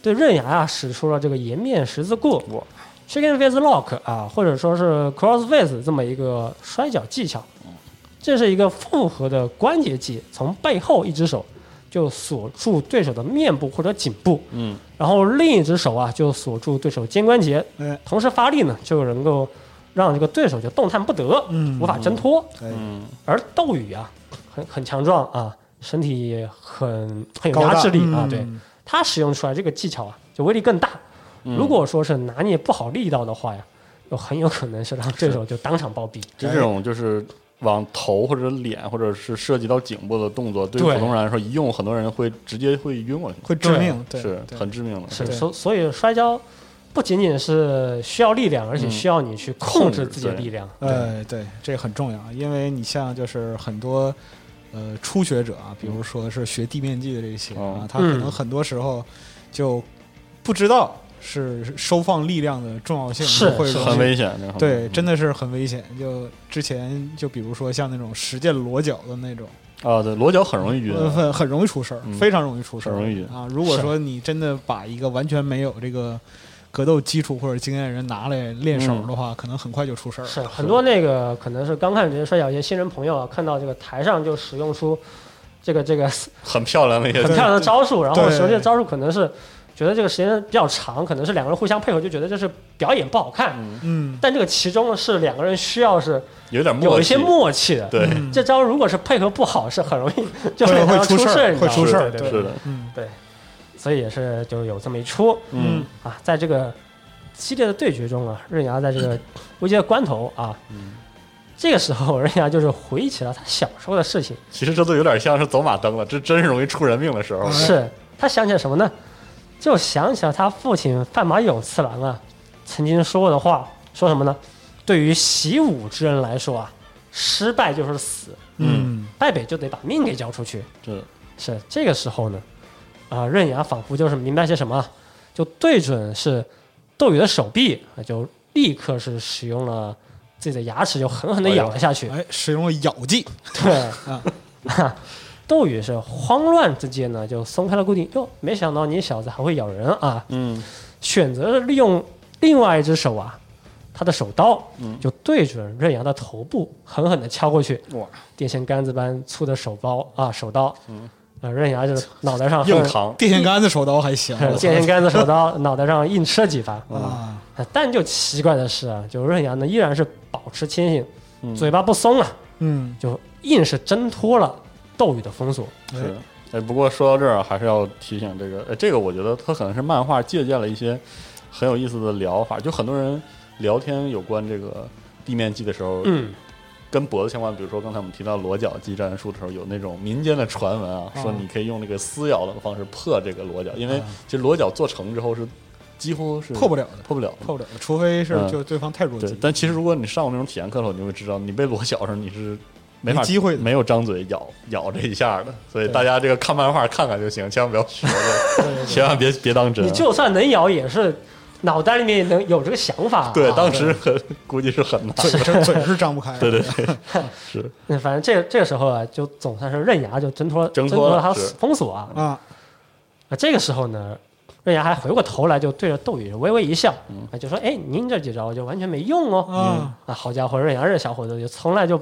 C: 对刃牙啊使出了这个颜面十字固。
B: 哇
C: chicken face lock 啊，或者说是 cross face 这么一个摔跤技巧。
B: 嗯
C: 这是一个复合的关节技，从背后一只手就锁住对手的面部或者颈部，
B: 嗯，
C: 然后另一只手啊就锁住对手肩关节，
D: 哎，
C: 同时发力呢就能够让这个对手就动弹不得，
D: 嗯哎
C: 无法挣脱。
D: 可以，
C: 而斗宇啊，很很强壮啊，身体也很很有
D: 高大
C: 压制力啊，
D: 嗯
C: 对他使用出来这个技巧啊，就威力更大。如果说是拿捏不好力道的话呀，就很有可能是让对手就当场暴毙。
B: 就这种就是往头或者脸或者是涉及到颈部的动作，对于
C: 对
B: 普通人来说，一用很多人会直接会晕过去，
D: 会致命，对，
B: 是
D: 对
B: 很致命的。
C: 是，
D: 对
C: 所所以摔跤不仅仅是需要力量，而且需要你去控制
B: 控制
C: 自己的
B: 对
C: 力量。
D: 呃，对，这个很重要，啊因为你像就是很多呃初学者啊，比如说是学地面技的这些啊
B: 哦，
D: 他可能
C: 嗯
D: 很多时候就不知道是收放力量的重要性，
C: 是
D: 会
C: 是
D: 容易
B: 很危险，这个很
D: 对，
B: 嗯
D: 真的是很危险。就之前就比如说像那种实践裸脚的那种，
B: 啊，对，裸脚很容易晕，
D: 呃很很容易出事儿，
B: 嗯
D: 非常容易出事儿，
B: 很容易
D: 啊。如果说你真的把一个完全没有这个格斗基础或者经验的人拿来练手的
B: 嗯
D: 话，可能很快就出事儿了。
C: 是很多那个可能是刚看这些摔跤一些新人朋友啊，看到这个台上就使用出这个 这个
B: 很漂亮的一些
C: 很漂亮的招数，然后
D: 对
C: 首先招数可能是觉得这个时间比较长，可能是两个人互相配合，就觉得这是表演不好看。
D: 嗯，
C: 但这个其中是两个人需要是
B: 有点默
C: 有
B: 契
C: 一些默契的。嗯
B: 对，
C: 这招如果是配合不好，是很容易 就
D: 会
C: 容易
D: 会出
C: 出
D: 事儿
C: 你知道吗
D: 会出事儿
C: 对对
B: 是的，
D: 嗯
C: 对，所以也是就有这么一出
B: 嗯，
C: 啊，在这个激烈的对决中啊，刃牙在这个危急的关头啊，这个时候刃牙就是回忆起了他小时候的事情，
B: 其实这都有点像是走马灯了，这真是容易出人命的时候。
C: 是他想起了什么呢？就想起了他父亲范马永次郎啊，曾经说过的话，说什么呢？对于习武之人来说啊，失败就是死，
D: 嗯
C: 败北就得把命给交出去。
B: 这
C: 是这个时候呢，啊、刃牙仿佛就是明白些什么，啊就对准是斗宇的手臂，啊就立刻是使用了自己的牙齿，就狠狠地咬了下去。
D: 哎，使用了咬技，
C: 对，
B: 啊
C: 斗宇是慌乱之间呢，就松开了固定。哟，没想到你小子还会咬人啊！
B: 嗯，
C: 选择了利用另外一只手啊，他的手刀，
B: 嗯
C: 就对准刃牙的头部狠狠地敲过去。
B: 哇，
C: 电线杆子般粗的手包啊，手刀，嗯，啊，刃牙就是脑袋上
B: 硬
C: 狠
B: 扛，
D: 电线杆子手刀 还行，我操
C: 电线杆子手刀脑袋上硬吃了几发。
B: 嗯
C: 呃
D: 啊，
C: 但就奇怪的是啊，就刃牙呢依然是保持清醒，嘴巴不松啊，
D: 嗯，
C: 就硬是挣脱了斗宇的封锁。
B: 是。哎，不过说到这儿啊，还是要提醒这个，哎，这个我觉得它可能是漫画借鉴了一些很有意思的疗法，就很多人聊天有关这个地面技的时候，
C: 嗯，
B: 跟脖子相关，比如说刚才我们提到裸脚技战术的时候，有那种民间的传闻啊，
D: 哦
B: 说你可以用这个撕咬的方式破这个裸脚，因为其实裸脚做成之后是几乎是
D: 啊破不了的
B: 破不了的。
D: 破不了，除非是
B: 嗯
D: 就对方太弱
B: 对
D: 鸡，，
B: 但其实如果你上过那种体验课的话，你就会知道，你被裸脚的时候你是没法
D: 没机会的
B: 没有张嘴咬咬这一下的。所以大家这个看漫画看看就行，千万不要学着，千万别别当真
C: 你
B: 啊。
C: 就算能咬，也是脑袋里面能有这个想法啊。
B: 对，当时很估计是很难。
D: 嘴是嘴是张不开，
B: 对对，对，是
C: 嗯反正这这个时候啊，就总算是刃牙就挣脱
B: 挣脱
C: 脱了
B: 了
C: 他
B: 是
C: 封锁啊。
D: 啊，
C: 啊，这个时候呢，刃牙还回过头来，就对着斗宇微微一笑，
B: 嗯
C: 啊，就说：“哎，您这几招就完全没用哦。
D: 嗯
C: 啊，好家伙，刃牙这小伙子就从来就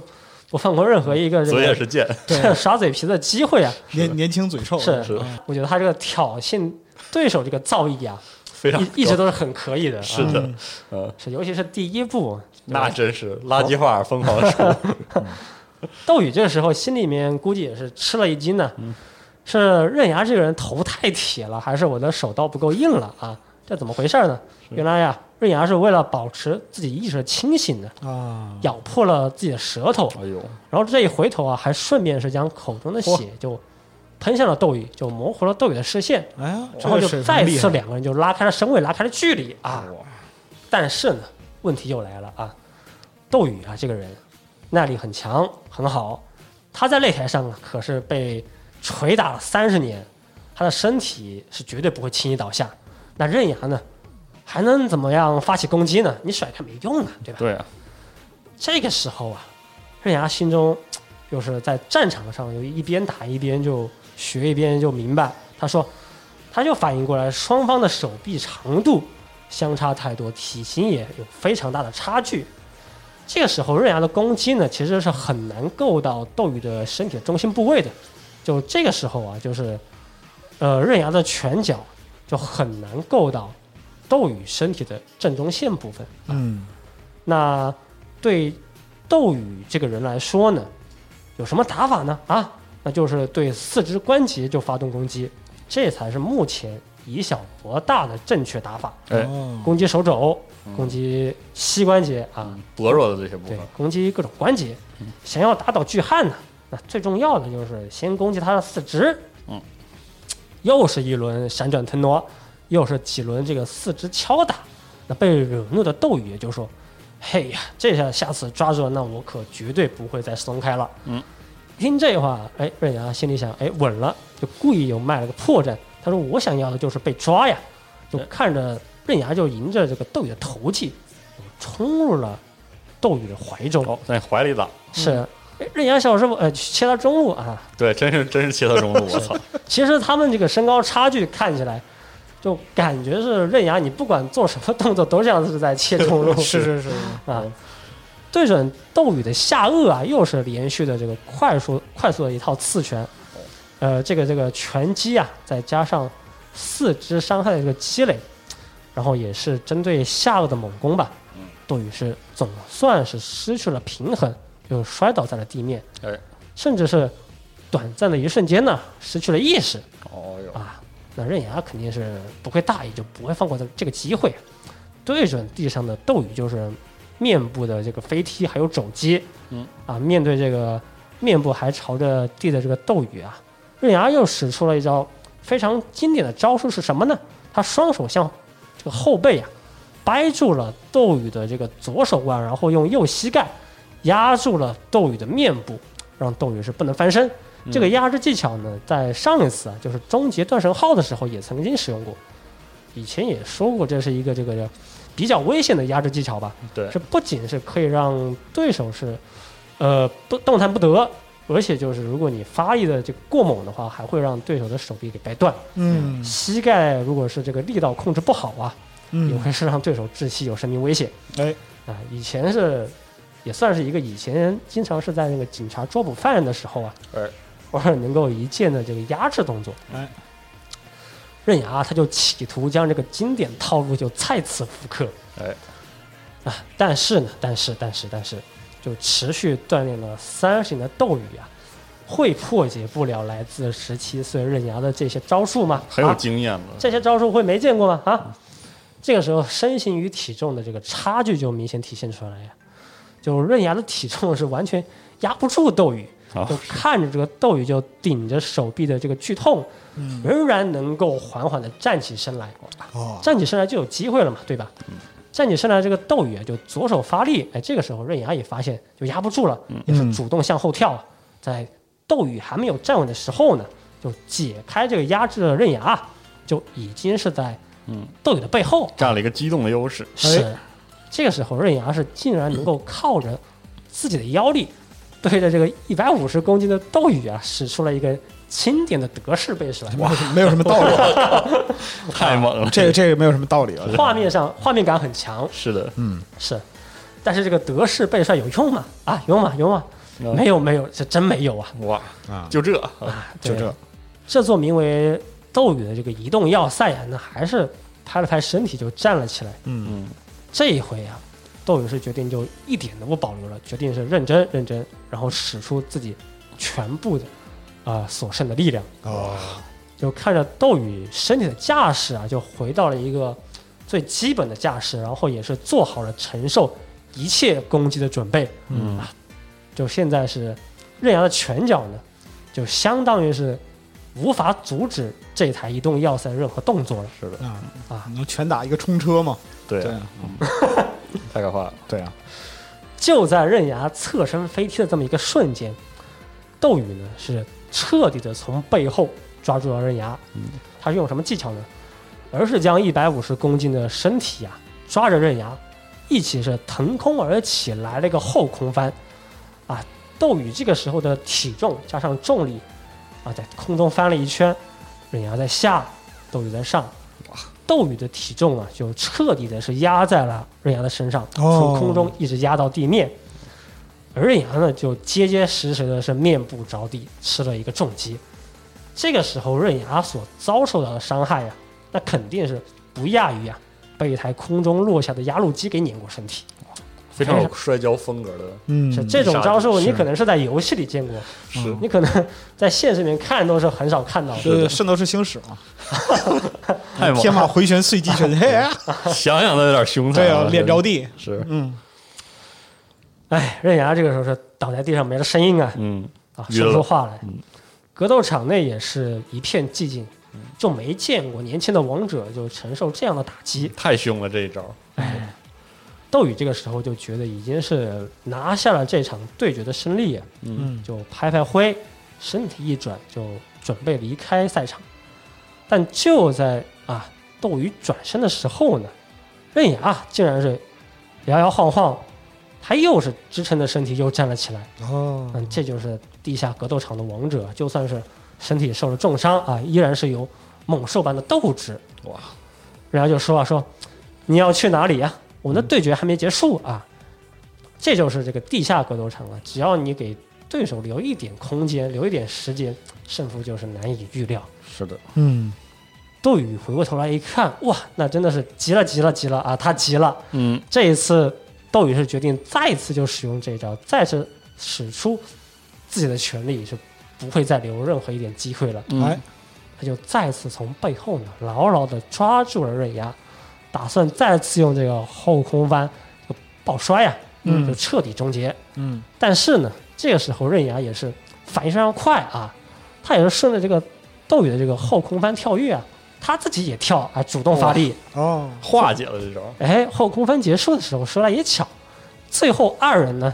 C: 不放过任何一个这
B: 嘴也
C: 个
B: 是贱，
C: 这耍嘴皮子的机会啊！
D: 年年轻嘴臭
C: 是
B: 是
C: 我觉得他这个挑衅对手这个造诣啊，
B: 非常
C: 一一直
B: 高
C: 都是很可以的啊。
B: 是
C: 是
B: 的，嗯，
C: 尤其是第一步，
B: 那真是垃圾话疯狂说，
C: 斗宇这个时候心里面估计也是吃了一惊呢，
B: 嗯
C: 是刃牙这个人头太铁了，还是我的手刀不够硬了啊？这怎么回事呢？原来呀，刃牙是为了保持自己意识清醒的，
D: 啊，
C: 咬破了自己的舌头，
B: 嗯哎呦，
C: 然后这一回头啊，还顺便是将口中的血就喷向了斗宇，就模糊了斗宇的视线，
D: 哎呀，
C: 之后
D: 这个
C: 就
D: 水
C: 再
D: 平厉
C: 次
D: 害
C: 两个人就拉开了身位，拉开了距离啊。但是呢，问题又来了啊，斗宇啊这个人耐力很强，很好，他在擂台上啊可是被捶打了三十年，他的身体是绝对不会轻易倒下。那刃牙呢，还能怎么样发起攻击呢？你甩开没用啊，对吧？
B: 对啊，
C: 这个时候啊，刃牙心中嘖就是在战场上有一边打一边就学一边就明白。他说，他就反应过来，双方的手臂长度相差太多，体型也有非常大的差距。这个时候，刃牙的攻击呢，其实是很难够到斗鱼的身体中心部位的。就这个时候啊，就是，呃，刃牙的拳脚就很难够到斗鱼身体的正中线部分。
D: 嗯，
C: 那对斗宇这个人来说呢，有什么打法呢？啊，那就是对四肢关节就发动攻击，这才是目前以小博大的正确打法。
B: 哎，
D: 哦，。
C: 攻击手肘，攻击膝关节啊，
B: 薄弱的这些部
C: 对
B: 分，，
C: 攻击各种关节。想要打倒巨汉呢，那最重要的就是先攻击他的四肢。
B: 嗯，
C: 又是一轮闪转腾挪，又是几轮这个四肢敲打。那被惹怒的斗鱼就说：“嘿呀，这下下次抓住了，那我可绝对不会再松开了。”
B: 嗯，
C: 听这话，哎，刃牙心里想：哎，稳了，就故意又卖了个破绽。他说：“我想要的就是被抓呀！”就看着刃牙就迎着这个斗鱼的头气，冲入了斗鱼的怀中。
B: 哦，在怀里打，
C: 是，哎刃牙小师傅，呃，切到中路啊。
B: 对，真是真是切到中路，我操，
C: 其实他们这个身高差距看起来，就感觉是刃牙，你不管做什么动作都像是在切中路
D: 是是是，
C: 啊，对准斗宇的下颚啊，又是连续的这个快速快速的一套刺拳，呃，这个这个拳击啊，再加上四肢伤害的这个积累，然后也是针对下颚的猛攻吧，斗宇是总算是失去了平衡，就摔倒在了地面，
B: 哎，
C: 甚至是短暂的一瞬间呢，失去了意识，
B: 哦哟，
C: 啊，那刃牙肯定是不会大意，就不会放过这这个机会，对准地上的斗鱼就是面部的这个飞踢，还有肘击，
B: 嗯，
C: 啊，面对这个面部还朝着地的这个斗鱼啊，刃牙又使出了一招非常经典的招数是什么呢？他双手向这个后背啊掰住了斗鱼的这个左手腕，然后用右膝盖压住了斗鱼的面部，让斗鱼是不能翻身。这个压制技巧呢，在上一次啊，就是终结断神号的时候也曾经使用过，以前也说过，这是一个这个比较危险的压制技巧吧。
B: 对
C: 这，不仅是可以让对手是呃不动弹不得，而且就是如果你发力的这个过猛的话，还会让对手的手臂给掰断。
D: 嗯
C: 膝盖如果是这个力道控制不好啊，也
D: 嗯，
C: 会是让对手窒息，有生命危险。
D: 哎，
C: 啊，以前是也算是一个以前经常是在那个警察抓捕犯人的时候啊，
B: 哎，
C: 偶尔能够一剑的这个压制动作。
D: 哎，
C: 刃牙他就企图将这个经典套路就再次复刻。
B: 哎，
C: 啊，但是呢，但是但是但是，就持续锻炼了三十年的斗宇啊，会破解不了来自十七岁刃牙的这些招数吗？
B: 很有
C: 啊
B: 经验的，
C: 这些招数会没见过吗？啊，这个时候身形与体重的这个差距就明显体现出来呀。就刃牙的体重是完全压不住斗宇，
B: 啊
C: 就看着这个斗宇就顶着手臂的这个剧痛，仍然能够缓缓的站起身来。
D: 哦，
C: 站起身来就有机会了嘛，对吧？站起身来，这个斗宇啊就左手发力，哎，这个时候刃牙也发现就压不住了，也是主动向后跳啊，在斗宇还没有站稳的时候呢，就解开这个压制的刃牙，就已经是在斗宇的背后，
B: 占了一个机动的优势，
C: 是，这个时候刃牙是竟然能够靠着自己的腰力，对着这个一百五十公斤的斗宇啊，使出了一个经典的德式背式来，
D: 哇，没有什么道理， 啊
B: 太猛了，
D: 这个这个没有什么道理啊，
C: 画面上画面感很强，
B: 是的，
C: 是，但是这个德式背帅有用吗？啊，有吗？有吗？没有没有，这真没有啊！
B: 哇
D: 啊，
B: 就这，
D: 就
C: 对
D: 这，
C: 这座名为斗宇的这个移动要塞啊，那还是拍了拍身体就站了起来。
D: 嗯
C: 这一回啊，斗宇是决定就一点都不保留了，决定是认真认真，然后使出自己全部的啊、呃所剩的力量。
D: 哦，
C: 就看着斗宇身体的架势啊，就回到了一个最基本的架势，然后也是做好了承受一切攻击的准备。嗯，啊、就现在是刃牙的拳脚呢，就相当于是无法阻止这台移动要塞任何动作了。
B: 是的，
D: 啊
C: 啊
D: 能全打一个冲车吗？
B: 对，
D: 对啊，
B: 太可怕了，
D: 对啊，
C: 就在刃牙侧身飞踢的这么一个瞬间，斗宇呢是彻底的从背后抓住了刃牙。他是用什么技巧呢？而是将一百五十公斤的身体啊抓着刃牙，一起是腾空而起，来了一个后空翻。啊，斗宇这个时候的体重加上重力，啊，在空中翻了一圈，刃牙在下，斗宇在上。斗宇的体重啊，就彻底的是压在了刃牙的身上，
D: 哦
C: 从空中一直压到地面。而刃牙呢，就结结实实的是面部着地，吃了一个重击。这个时候，刃牙所遭受到的伤害呀、那肯定是不亚于啊被一台空中落下的压路机给碾过身体。
B: 非常有摔跤风格的，
D: 嗯，
C: 是这种
B: 杀
C: 招数，
D: 是
C: 你可能是在游戏里见过，
B: 是
C: 你可能在现实里面看都是很少看到的。
D: 是圣斗士星矢嘛，
B: 太猛
D: 天马
B: 了，
D: 回旋碎地 拳，嘿哎呀，
B: 想想都有点凶残
D: 对啊
B: 了，，
D: 脸着地，
B: 是，
D: 嗯，
C: 哎，刃牙这个时候是倒在地上没了声音啊，
B: 嗯，
C: 啊，
B: 晕
C: 说不出
B: 了嗯
C: 话来。格斗场内也是一片寂静，就没见过年轻的王者就承受这样的打击。
B: 太凶了这一招，
C: 斗宇这个时候就觉得已经是拿下了这场对决的胜利啊，
D: 嗯
C: 就拍拍灰，身体一转就准备离开赛场。但就在啊斗鱼转身的时候呢，刃牙竟然是摇摇晃晃，他又是支撑着身体又站了起来。
D: 哦，
C: 嗯，这就是地下格斗场的王者，就算是身体受了重伤啊，依然是有猛兽般的斗志。
B: 哇，
C: 然后就说啊说，你要去哪里呀、我们的对决还没结束啊。这就是这个地下格斗场啊，只要你给对手留一点空间，留一点时间，胜负就是难以预料。
B: 是的，
D: 嗯，
C: 斗宇回过头来一看，哇，那真的是急了急了急了啊！他急了，
B: 嗯，
C: 这一次斗宇是决定再次就使用这一招，再次使出自己的全力，是不会再留任何一点机会了。
B: 嗯
D: 哎，
C: 他就再次从背后呢牢牢地抓住了刃牙，打算再次用这个后空翻就抱摔呀、
D: 嗯
C: 就彻底终结。
D: 嗯，
C: 但是呢，这个时候刃牙也是反应非常快啊，他也是顺着这个斗宇的这个后空翻跳跃啊，他自己也跳啊，主动发力。
D: 哦，
B: 化解了这招，
C: 哎，后空翻结束的时候，说来也巧，最后二人呢，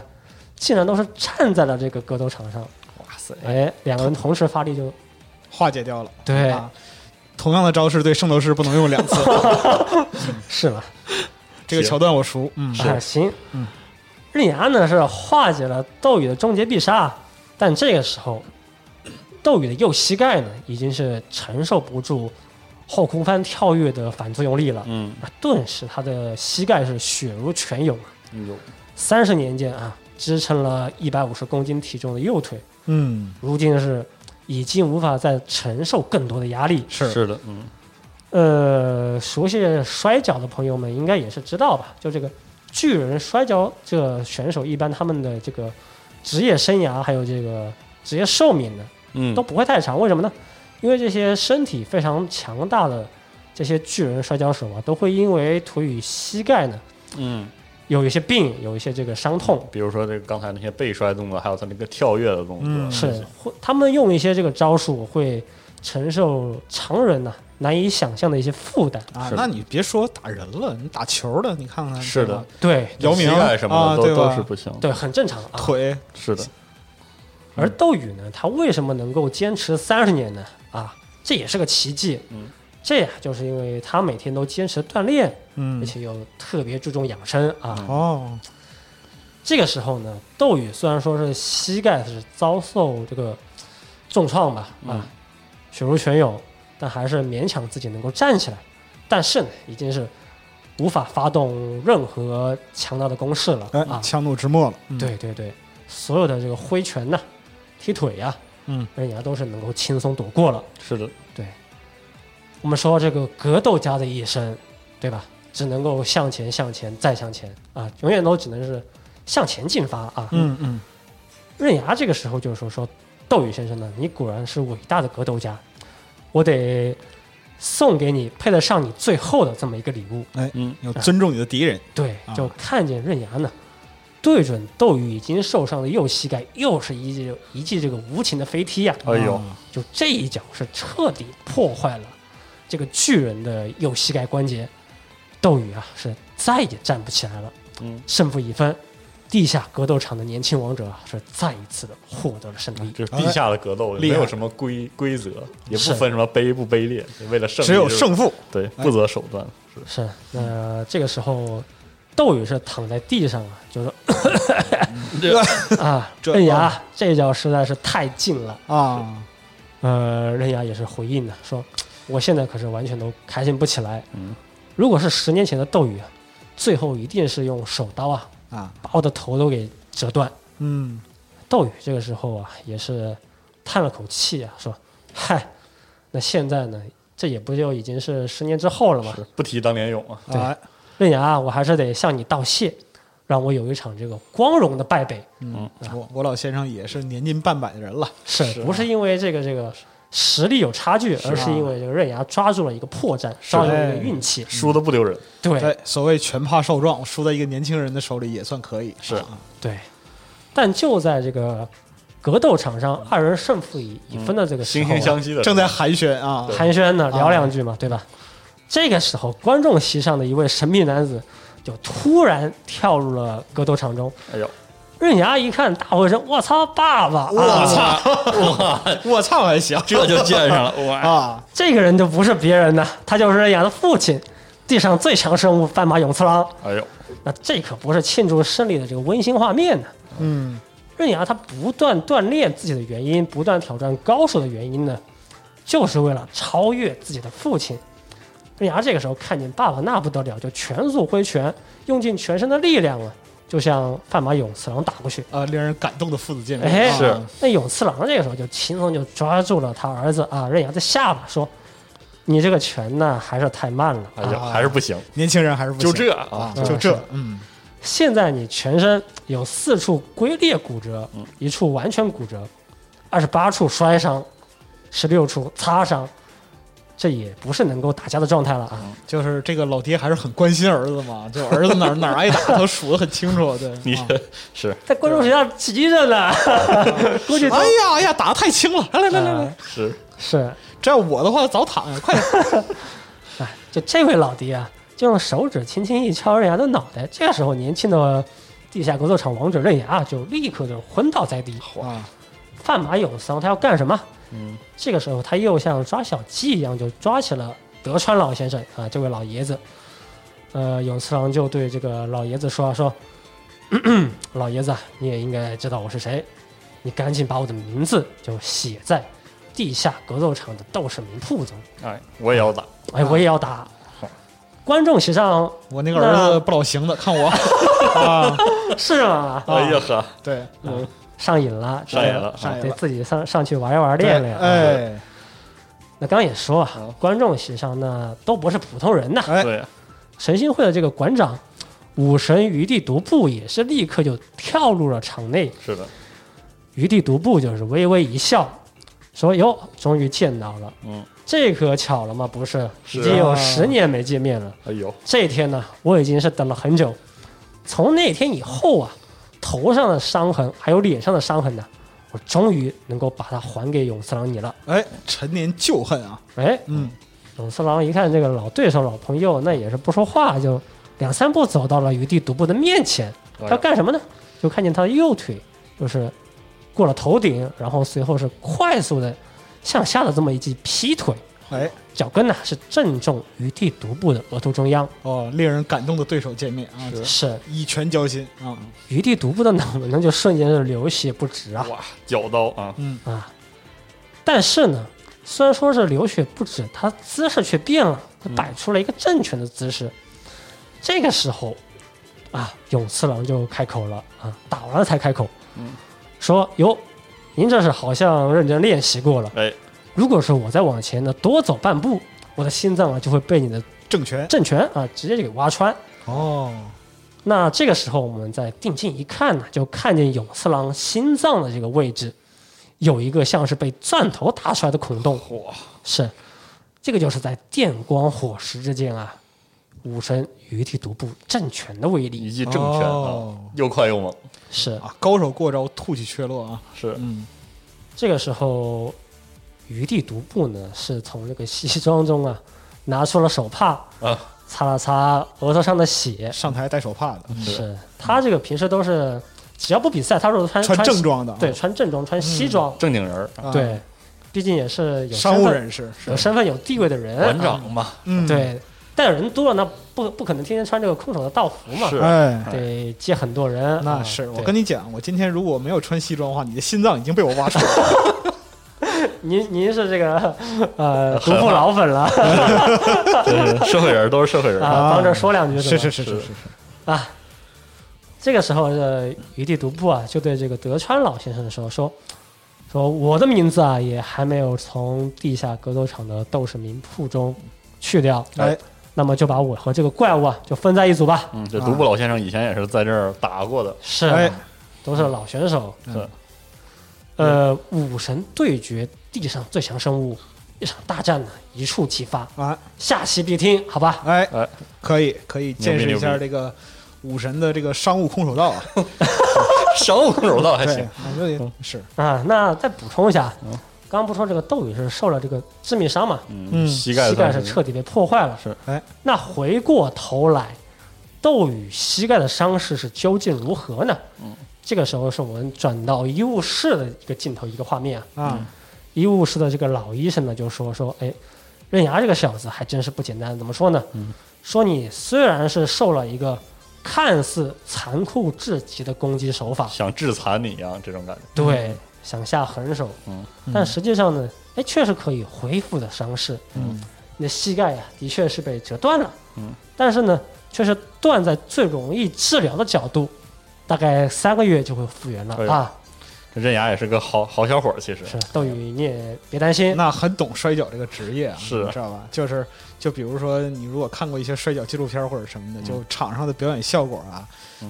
C: 竟然都是站在了这个格斗场上。
B: 哇塞，
C: 哎，两个人同时发力就
D: 化解掉了，
C: 对
D: 啊，同样的招式对圣斗士不能用两 次，
C: 是了。
D: 这个
B: 行
D: 桥段我熟，嗯，
C: 啊，行，刃牙呢是化解了斗宇的终结必杀，但这个时候，斗宇的右膝盖呢已经是承受不住后空翻跳跃的反作用力了，
B: 嗯，
C: 啊，顿时他的膝盖是血如泉涌啊，
B: 嗯有
C: 三十年间啊，支撑了一百五十公斤体重的右腿，
D: 嗯，
C: 如今是已经无法再承受更多的压力，
D: 是
B: 是的，嗯，
C: 呃，熟悉摔跤的朋友们应该也是知道吧？就这个巨人摔跤这个选手，一般他们的这个职业生涯还有这个职业寿命呢，
B: 嗯
C: 都不会太长。为什么呢？因为这些身体非常强大的这些巨人摔跤手啊，都会因为腿与膝盖呢
B: 嗯，
C: 有一些病，有一些这个伤痛，
B: 比如说这个刚才那些背摔动作，还有他那个跳跃的动作，
D: 嗯
C: 是会他们用一些这个招数会承受常人呐、难以想象的一些负担。
D: 啊，
B: 是的
D: 那你别说打人了，你打球的，你看看，
B: 是
D: 对
B: 的
D: 吧，
C: 对
D: 姚明
B: 膝盖什么
D: 啊
B: 的都
D: 对吧
B: 都是不行，
C: 对，很正常啊。
D: 腿，
B: 是的，
C: 而斗宇呢，他为什么能够坚持三十年呢？啊，这也是个奇迹。
B: 嗯，
C: 这呀，就是因为他每天都坚持锻炼，而
D: 嗯，
C: 且又特别注重养生啊。
D: 哦，
C: 这个时候呢，斗宇虽然说是膝盖是遭受这个重创吧，啊，
B: 嗯
C: 血如泉涌，但还是勉强自己能够站起来。但是呢，已经是无法发动任何强大的攻势了、
D: 哎
C: 啊，。
D: 强弩之末了，嗯，
C: 对对对，所有的这个挥拳呐、踢腿呀、
D: 嗯，
C: 人家都是能够轻松躲过了。
B: 是的，
C: 我们说这个格斗家的一生，对吧？只能够向前、向前、再向前啊，永远都只能是向前进发啊。
D: 嗯嗯，
C: 刃牙这个时候就说说，斗宇先生呢，你果然是伟大的格斗家，我得送给你配得上你最后的这么一个礼物。
B: 嗯，
D: 要哎尊重你的敌人，
C: 对
D: 啊，
C: 就看见刃牙呢，对准斗宇已经受伤的右膝盖，又是一记一记这个无情的飞踢呀、
B: 哎呦，
D: 啊
C: 就这一脚是彻底破坏了这个巨人的右膝盖关节，斗宇啊是再也站不起来了，
B: 嗯，
C: 胜负已分，地下格斗场的年轻王者啊是再一次的获得了胜利。
B: 啊这是地下的格斗，
D: 哎
B: 没
D: 厉
B: 有
D: 害
B: 什么规规则，也
C: 是
B: 不分什么卑不卑劣，为了胜利
D: 只有
B: 就是
D: 胜负，哎
B: 对不择手段，是
C: 是，那、这个时候，斗宇是躺在地上啊，就是啊，
D: 这
C: 刃牙这一脚实在是太近了。
D: 啊，
C: 呃，刃牙也是回应的，说：“我现在可是完全都开心不起来。
B: 嗯，
C: 如果是十年前的斗鱼，最后一定是用手刀啊
D: 啊，
C: 把我的头都给折断。
D: 嗯
C: 斗宇这个时候啊，也是叹了口气啊，说：“嗨，那现在呢？这也不就已经是十年之后了吗？
B: 是不提当年勇啊，
C: 对
D: 啊，
C: 刃牙，我还是得向你道谢，让我有一场这个光荣的败北，
D: 嗯，我我老先生也是年近半百的人了，
C: 是
B: 是啊啊
C: 不是因为这个这个实力有差距，而是因为这个刃牙抓住了一个破绽，抓住了一
B: 哎
C: 个运气？
B: 输的不丢
D: 嗯
B: 人，
C: 对
D: 对，所谓拳怕少壮，输在一个年轻人的手里也算可以，
B: 是
D: 啊
C: 对，但就在这个格斗场上二人胜负已已分的这个
B: 嗯
C: 时
B: 惺
C: 候啊、
B: 惺相惜的
D: 正在寒暄啊，
C: 寒暄呢，聊两句嘛，对吧？这个时候，观众席上的一位神秘男子就突然跳入了格斗场中。
B: 哎呦，
C: 刃牙一看，大吼一声：“我操，爸爸！”
D: 我
C: 啊，
D: 操，我操还行
B: 这就见上 了，哇，
D: 啊，
C: 这个人就不是别人呐，他就是刃牙的父亲，地上最强生物斑马永次郎。
B: 哎呦，
C: 那这可不是庆祝胜利的这个温馨画面呢。
D: 嗯
C: 刃牙他不断锻炼自己的原因，不断挑战高手的原因呢，就是为了超越自己的父亲。刃牙这个时候看见爸爸那不得了，就全速挥拳，用尽全身的力量啊，就向范马永次郎打过去。
D: 啊，令人感动的父子见面
C: 哎，
D: 啊
B: 是
C: 那永次郎这个时候就轻松就抓住了他儿子啊刃牙的下巴，说：“你这个拳呢，还是太慢了。
B: 哎
C: 啊
B: 呦，还是不行，
D: 年轻人还是不行
B: 就这
D: 啊，
B: 啊，
D: 就
C: 嗯
D: 这
C: 是，
D: 嗯
C: 现在你全身有四处龟裂骨折，一处完全骨折，二十八处摔伤，十六处擦伤，这也不是能够打架的状态了啊！
D: 就是这个老爹还是很关心儿子嘛， 就儿子哪儿哪儿挨打，他数得很清楚。对，
B: 你
D: 啊
B: 这 是
C: 在观众席上急着呢，估计都
D: 哎呀哎呀，打的太轻了，来来来来来
C: 啊，
B: 是
C: 是
D: 这要我的话早躺下，快点，
C: 哎，就这位老爹啊，就用手指轻轻一敲刃牙的脑袋，这个时候年轻的地下格斗场王者刃牙啊就立刻就昏倒在地。
D: 啊，
C: 范马永桑他要干什么？
B: 嗯，
C: 这个时候，他又像抓小鸡一样，就抓起了德川老先生啊，这位老爷子。呃，永次郎就对这个老爷子说：“说， 咳咳老爷子啊，你也应该知道我是谁，你赶紧把我的名字就写在地下格斗场的斗士名簿中。
B: 哎，我也要打，
D: 啊
C: 哎，我也要打
B: 啊好。
C: 观众席上
D: 我那个儿子不老行的，看 我啊，
C: 是吗？
B: 哎呀呵，
D: 对，啊
C: 嗯，上瘾了，啊
B: 上瘾了
D: 上瘾
C: 对
D: 了
C: 自己上上去玩一玩，练啊练。
D: 哎
C: 那刚刚也说啊，观众席上那都不是普通人呐。
D: 哎
B: 对，啊
C: 神心会的这个馆长武神余地独步也是立刻就跳入了场内。
B: 是的，
C: 余地独步就是微微一笑，说：“哟，终于见到了，
B: 嗯，
C: 这可巧了嘛，不是？
B: 是
C: 已
B: 啊
C: 经有十年没见面了。
B: 哎呦，
C: 这天呢，我已经是等了很久。从那天以后啊，头上的伤痕还有脸上的伤痕呢，我终于能够把它还给永次郎你了。
D: 哎，陈年旧恨啊，
C: 哎，
D: 嗯，
C: 永次郎一看这个老对手、老朋友，那也是不说话，就两三步走到了余地独步的面前。
B: 哎
C: 他干什么呢？就看见他的右腿就是过了头顶，然后随后是快速的向下的这么一记劈腿，
D: 哎
C: 脚跟呢是正中余地独步的额头中央。
D: 哦，令人感动的对手见面啊，
C: 是
D: 以拳交心啊，
C: 余地独步的脑门呢就瞬间是流血不止啊
B: 哇，绞刀啊，
D: 嗯
C: 啊！但是呢，虽然说是流血不止，他姿势却变了，他摆出了一个正确的姿势。这个时候啊，永次郎就开口了啊，打完了才开口，说：“哟，您这是好像认真练习过了。
B: 哎，
C: 如果说我再往前呢多走半步，我的心脏啊就会被你的
D: 正拳
C: 正拳啊直接就给挖穿。”
D: 哦，
C: 那这个时候，我们再定睛一看呢，就看见永次郎心脏的这个位置有一个像是被钻头打出来的孔洞。
B: 嚯，
C: 是，这个就是在电光火石之间啊，武神鱼体独步正拳的威
B: 一
D: 嗯
C: 力
B: 记正拳啊
D: 哦，
B: 又快又猛，
C: 是。
D: 啊，高手过招，吐气缺落啊，
B: 是
D: 嗯，
C: 这个时候，余地独步呢是从这个西装中啊拿出了手帕，
B: 啊，
C: 擦了擦额头上的血。
D: 上台带手帕的，
B: 是
C: 是他这个平时都是，只要不比赛，他都是穿
D: 穿正
C: 西
D: 装的啊，
C: 对，穿正装，穿西装，
B: 正经人儿，
D: 啊
C: 对，毕竟也是有
D: 商
C: 身
D: 务
C: 份
D: 人士是
C: 有身份、有地位的人，
B: 馆
C: 啊
B: 长嘛，
D: 嗯，
C: 对，但人多了，那不不可能天天穿这个空手的道服嘛，
B: 是
D: 哎，
C: 得接很多人。
D: 那
C: 啊
D: 是我
C: 对
D: 跟你讲，我今天如果没有穿西装的话，你的心脏已经被我挖出来了。
C: 您您是这个 呃独步老粉了
B: 就是社会人都是社会人，
C: 啊，帮着说两句
D: 是
C: 吧
D: 是是是是是，
C: 啊，这个时候呃，余地独步啊，就对这个德川老先生说说说我的名字啊，也还没有从地下格斗场的斗士名簿中去掉，
D: 哎，
C: 那么就把我和这个怪物啊就分在一组吧。
B: 嗯，这独步老先生以前也是在这儿打过 的，
C: 是啊
D: 哎
C: 都是老选手。
B: 对，
C: 呃，武神对决地上最强生物，一场大战呢一触即发，
D: 啊，
C: 下期必听，好吧？
D: 哎
B: 哎，
D: 可以可以见识一
B: 牛
D: 下
B: 逼
D: 这个武神的这个商务空手道啊，
B: 商务空手道还
D: 对
B: 哎行，，
D: 我觉得也是，
C: 啊，那再补充一下，刚刚补充这个斗宇是受了这个致命伤嘛，
D: 嗯
B: 膝盖
C: 膝
B: 算
C: 盖是彻底被破坏了。
B: 是
D: 哎，
C: 那回过头来，斗宇膝盖的伤势是究竟如何呢？嗯，这个时候是我们转到医务室的一个镜头，一个画面啊。
D: 啊，
C: 医务室的这个老医生呢，就说说，哎，刃牙这个小子还真是不简单。怎么说呢？说你虽然是受了一个看似残酷至极的攻击手法，
B: 想致残你一样这种感觉，
C: 对，想下狠手，
B: 嗯
C: 但实际上呢，哎，确实可以恢复的伤势，嗯，你的膝盖呀、的确是被折断了，嗯，但是呢，却是断在最容易治疗的角度，大概三个月就会复原了、
B: 哎呀
C: 啊。
B: 这刃牙也是个好好小伙儿，其实
C: 是斗宇，你也别担心，
D: 那很懂摔跤这个职业啊，
B: 是
D: 你知道吧？就是就比如说你如果看过一些摔跤纪录片或者什么的，就场上的表演效果啊，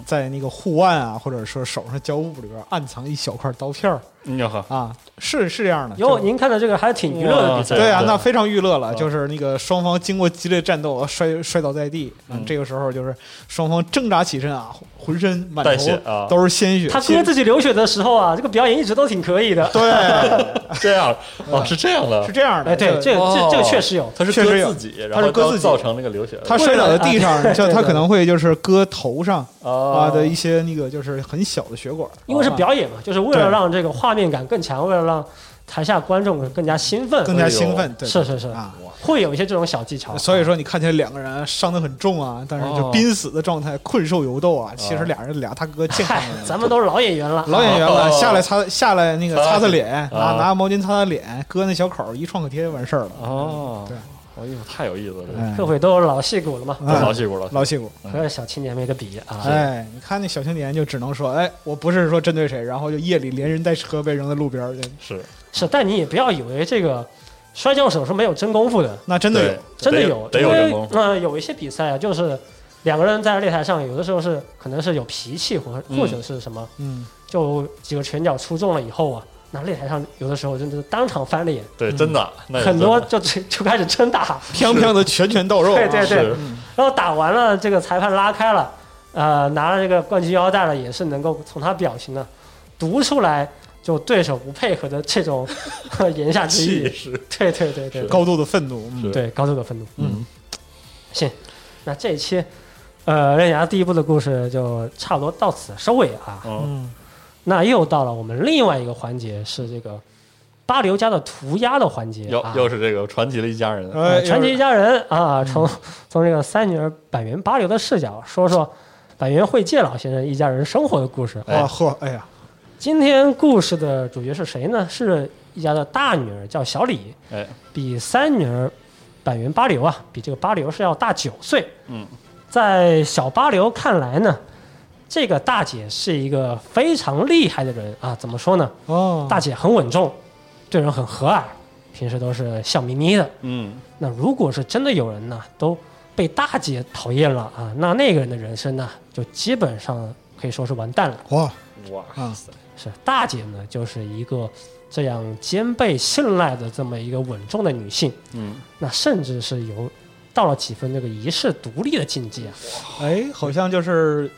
D: 在那个护腕啊，或者说手上交物里边暗藏一小块刀片儿
B: 你要喝，
D: 啊，是是这样的，
C: 哟，
D: 就
C: 您看的这个还是挺娱乐的比赛，
D: 对啊，
B: 对嗯
D: 那非常娱乐了，就是那个双方经过激烈战斗啊摔摔倒在地，嗯，这个时候就是双方挣扎起身啊，浑身满
B: 带血
D: 头
B: 啊
D: 都是鲜血，
C: 他
D: 鲜
C: 哥自己流血的时候啊，这个表演一直都挺可以 的。
D: 对，
B: 这样哦，是这样的
D: 嗯是，这样的，
C: 哎，对，
D: 就
C: 这个
B: 哦
C: 这这个确实有，
B: 他是
D: 确实
B: 割
D: 有
B: 自己，然
D: 他是
B: 后
D: 割
B: 造
D: 自己
B: 造成那个流血，
D: 他摔倒在地上，就他
C: 哎对
D: 可能会就是割头上啊
B: 啊
D: 的一些那个就是很小的血管，
C: 因为是
D: 啊
C: 表演嘛，就是为了
D: 对
C: 让这个画面感更强，为了让台下观众更加兴奋，
D: 更加兴
B: 哎
D: 奋，对，
C: 是
D: 对
C: 是是
D: 啊。
C: 会有一些这种小技巧。
D: 所以说，你看起来两个人伤得很重啊，但是就
B: 哦
D: 濒死的状态，困兽犹斗啊。其实俩人俩大哥健康
C: 嗨
D: 着，呢，
C: 咱们都是老演员了，
D: 老演员了，
B: 哦
D: 下来擦下来那个擦擦脸，
B: 擦
D: 拿
B: 啊
D: 拿毛巾擦擦脸，割那小口儿一创可贴就完事儿了。
B: 哦，
D: 嗯对，
B: 哎呦，太有意思了，这
D: 哎
C: 这会都是老戏骨了嘛，
B: 这老戏骨了，
D: 嗯老戏骨，
C: 和小青年没得比啊。
D: 哎，你看那小青年就只能说，哎，我不是说针对谁，然后就夜里连人带车被扔在路边儿去，
B: 是
C: 是，但你也不要以为这个摔跤手是没有真功夫的，
D: 那真的有
B: 对，
C: 真的
B: 得
C: 有，
B: 得
C: 因
B: 有人
C: 为
B: 功夫，
C: 呃有一些比赛啊，就是两个人在擂台上，有的时候是可能是有脾气或或者是什么，
D: 嗯，
C: 就几个拳脚出众了以后啊，那擂台上有的时候真的是当场翻脸，
B: 对，真的，
D: 嗯
B: 那也
C: 很
B: 哎真的
C: 多就就 就开始真打，
D: 砰砰的拳拳到肉、啊，
C: 对对对
B: 是
C: 然后打完了，这个裁判拉开了，呃，拿了这个冠军腰带了，也是能够从他表情呢读出来，就对手不配合的这种 呵言下之
B: 气
C: 意。
B: 势，
C: 对对对对
D: 高度的愤怒，嗯
B: 是
C: 对，高度的愤怒。嗯，行，那这一期呃刃牙第一部的故事就差不多到此收尾啊。
B: 嗯，
C: 那又到了我们另外一个环节，是这个巴流家的涂鸦的环节
B: 又
C: 啊。呃
B: 又是这个传奇的一家人，
D: 哎，
C: 传奇
D: 要
C: 一
D: 是
C: 家人啊，从从这个三女儿板垣八流的视角说说板垣惠介老先生一家人生活的故事。
D: 啊嚯，哎呀，
C: 今天故事的主角是谁呢？是一家的大女儿叫小李，
B: 哎，
C: 比三女儿板垣八流啊，比这个八流是要大九岁。
B: 嗯，
C: 在小八流看来呢，这个大姐是一个非常厉害的人啊。怎么说呢？
D: 哦，
C: 大姐很稳重，对人很和蔼，平时都是笑眯眯的。
B: 嗯，
C: 那如果是真的有人呢，都被大姐讨厌了啊，那那个人的人生呢，就基本上可以说是完蛋了。
D: 哇，
B: 哇
D: 啊
B: 塞，
C: 是大姐呢，就是一个这样兼备信赖的这么一个稳重的女性，
B: 嗯，
C: 那甚至是有到了几分这个一世独立的境界啊。
D: 哎，好像就是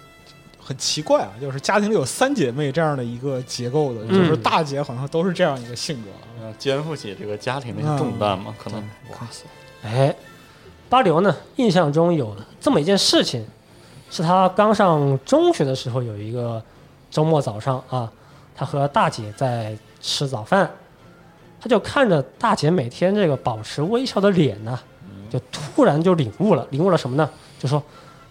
D: 很奇怪啊，就是家庭里有三姐妹这样的一个结构的，就是
C: 嗯
D: 大姐好像都是这样一个性格啊，
B: 要肩负起这个家庭的一些重担
C: 嗯
B: 嘛，可能，哇塞，
C: 哎，巴流呢，印象中有这么一件事情，是他刚上中学的时候，有一个周末早上啊，他和大姐在吃早饭，他就看着大姐每天这个保持微笑的脸呢，就突然就领悟了，领悟了什么呢？就说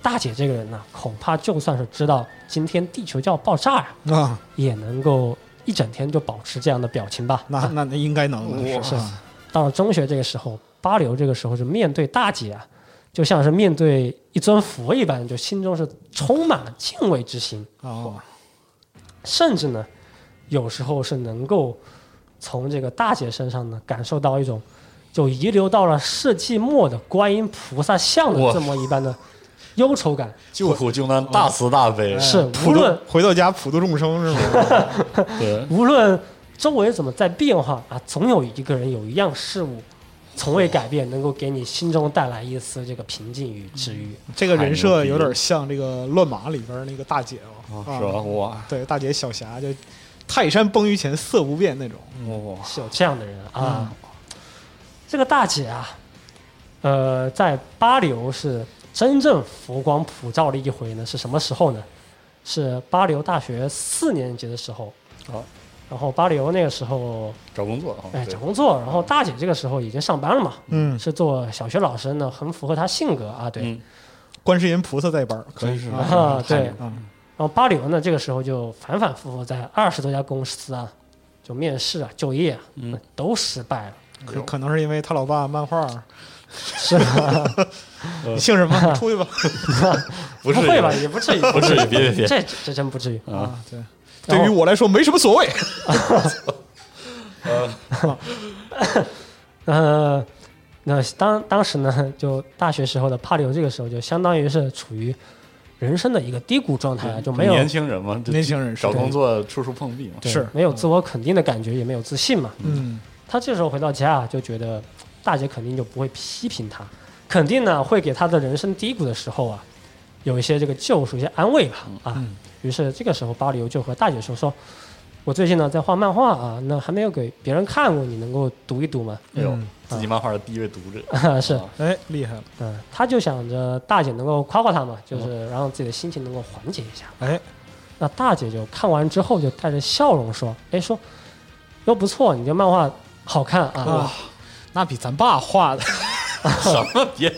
C: 大姐这个人呢，恐怕就算是知道今天地球就要爆炸呀、
D: 啊，
C: 也能够一整天就保持这样的表情吧。啊
D: 那那那应该能了，是吧？
C: 到了中学这个时候，八流这个时候是面对大姐啊，就像是面对一尊佛一般，就心中是充满了敬畏之心，
D: 哦，
C: 甚至呢，有时候是能够从这个大姐身上呢感受到一种就遗留到了世纪末的观音菩萨像的
B: 哇
C: 这么一般的忧 愁感，
B: 救苦救难，大慈大悲，
C: 嗯
B: 啊
C: 是无
D: 普哎度
C: 论
D: 回到家普度众生是 吗？
B: 对，
C: 无论周围怎么在变化啊，总有一个人有一样事物从未改变，能够给你心中带来一丝这个平静与治愈。
B: 嗯
D: 这个人设有点像这个《乱马》里边那个大姐哦，
B: 啊是吧？哇
D: 对，大姐小霞就泰山崩于前色不变那种。
B: 哇，
C: 是有这样的人
B: 嗯
C: 啊。这个大姐啊，呃，在巴流是真正佛光普照的一回呢，是什么时候呢？是巴流大学四年级的时候。
B: 好
C: 然后巴流那个时候，
B: 找工作啊，
C: 哎，
B: 哦对
C: 找工作。然后大姐这个时候已经上班了嘛，
D: 嗯，
C: 是做小学老师呢，很符合她性格啊。对，
B: 嗯，
D: 观世音菩萨在班儿，
B: 真是
D: 啊
C: 啊，对。
B: 嗯
D: 啊，
C: 然后巴流呢，这个时候就反反复复在二十多家公司啊，就面试啊、就业啊，
B: 嗯
C: 都失败了。
D: 可可能是因为他老爸漫画儿，
C: 是吧
D: 你姓什 么？出去吧。
B: 不是
C: 会吧？也不至于，
B: 不至于别别别
C: 这这真不至于。
B: 啊，
D: 啊，对，
C: 然
D: 对
C: 后
D: 于我来说没什么所谓。
C: 呃，那当当时呢，就大学时候的帕留这个时候就相当于是处于人生的一个低谷状态啊，就没有
B: 年轻人嘛，这
D: 年轻人是
B: 找工作处处碰壁嘛，
C: 对
D: 是
C: 没有自我肯定的感觉，也没有自信嘛。
D: 嗯，
C: 他这时候回到家啊，就觉得大姐肯定就不会批评他，肯定呢会给他的人生低谷的时候啊，有一些这个救赎、一些安慰吧啊。于是这个时候，巴里欧就和大姐说：“说我最近呢在画漫画啊，那还没有给别人看过，你能够读一读吗
B: 哎呦
D: 嗯，
B: 自己漫画的第一位读 者？”
C: 是，
B: 啊
D: 哎，厉害了，
C: 嗯，他就想着大姐能够夸夸他嘛，就是让自己的心情能够缓解一下。
D: 哎，
C: 那大姐就看完之后就带着笑容说：“哎，说哟不错，你这漫画好看
D: 哇
C: 啊，，
D: 那比咱爸画的
B: 什么别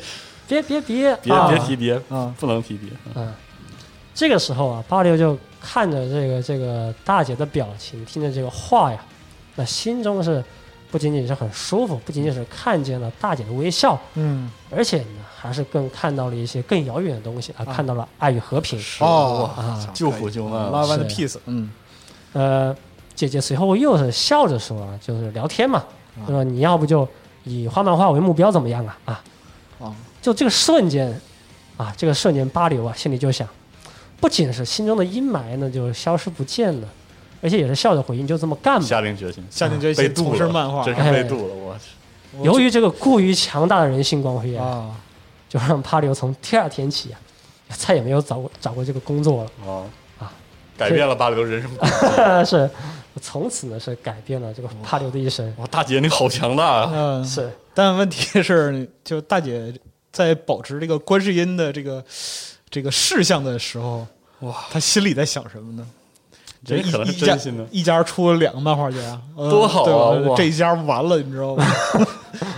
C: 别别别
B: 别
C: 啊
B: 别提别，
D: 啊，
B: 不能提别，
C: 嗯，这个时候啊，八六就看着这个这个大姐的表情，听着这个话呀，那心中是不仅仅是很舒服，不仅仅是看见了大姐的微笑，
D: 嗯，
C: 而且呢，还是更看到了一些更遥远的东西啊，看到了爱与和平。
D: 哦
C: 啊
B: 救苦救难，
D: ，Love and
C: 是
D: Peace，嗯，
C: 呃，姐姐随后又是笑着说啊，就是聊天嘛，就说你要不就以画漫画为目标怎么样啊？啊，
D: 啊，
C: 就这个瞬间，啊，这个瞬间，巴流啊，心里就想，不仅是心中的阴霾呢就消失不见了，而且也是笑着回应，就这么干吧。
B: 下定决心，
D: 下定决
B: 被
D: 心
B: 渡
D: 从事
B: 了，
D: 漫画
B: 真
C: 啊
B: 是被
C: 哎
B: 渡了，我去，
C: 由于这个过于强大的人性光辉啊，
D: 啊，
C: 就让巴流从第二天起啊，再也没有找过找过这个工作了。
B: 啊
C: 啊，
B: 改变了巴流人生 观。
C: 是，从此呢是改变了这个巴流的一生。
B: 哇，大姐你好强大啊！
D: 嗯，
C: 是，
D: 但问题是，就大姐在保持这个观世音的这个这个事项的时候，哇，她心里在想什么呢？
B: 这
D: 一
B: 可能是
D: 一家
B: 真心的
D: 一家出了两个漫画家，呃
B: 多好啊
D: 对吧
B: 哇
D: 这一家完了，你 知道吗？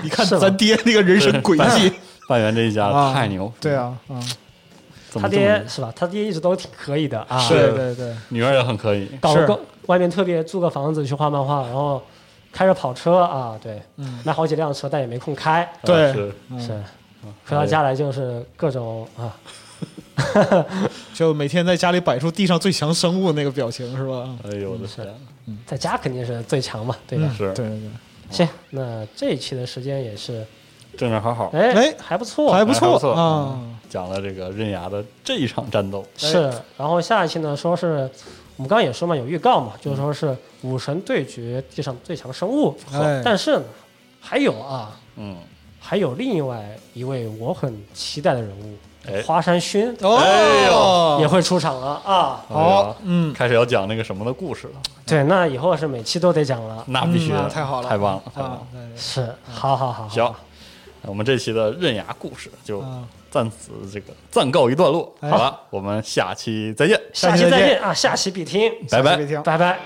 D: 你看
C: 是吗
D: 咱爹那个
C: 嗯
D: 人生轨迹
B: 半圆这一家
D: 啊
B: 太牛，
D: 对，啊，啊，
B: 怎
C: 他
B: 么
C: 爹
B: 这么
C: 是吧？他爹一直都挺可以的啊。
B: 是
D: 对对对，
B: 女儿也很可以，
C: 搞
D: 是
C: 个外面特别租个房子去画漫画，然后开着跑车啊，对，
D: 嗯
C: 买好几辆车，但也没空开，
D: 对
B: 啊是
D: 嗯
C: 是。回到家来就是各种啊，
D: 就每天在家里摆出地上最强生物那个表嗯情是吧？嗯
B: 哎呦我的天，
C: 在家肯定是最强嘛，对吧？
B: 是
D: 对对对，
C: 行，那这一期的时间也是，
B: 正正好好
C: 哎
D: 哎
C: 还不错，
D: 还不
B: 还
D: 错
B: 不错嗯
D: 啊，
B: 讲了这个刃牙的这一场战斗，
C: 是。然后下一期呢，说是我们刚刚也说嘛，有预告嘛，就是说是武神对决地上最强生物，
D: 嗯哎
C: 但是呢，还有啊，
B: 嗯，
C: 还有另外一位我很期待的人物，
B: 哎
C: 华山勋
B: 哎
D: 哦
C: 也，会出场了啊。
B: 好，
D: 嗯
B: 哎开始要讲那个什么的故事了，
C: 对，那以后是每期都得讲了。
B: 那必须
D: 嗯
B: 的，
D: 啊太好了
B: 太棒了，太棒
D: 啊
B: 了，，
D: 对对
C: 是，好好好，
B: 行
C: 好，
B: 那我们这期的刃牙故事就
D: 啊
B: 暂此这个暂告一段落，
D: 哎
B: 好了，我们下期再见，
C: 下
D: 下
C: 期
D: 期
C: 再
D: 再嗯
C: 见啊，下期必听，
B: 拜
D: 下期
B: 拜
D: 别。听
C: 拜拜。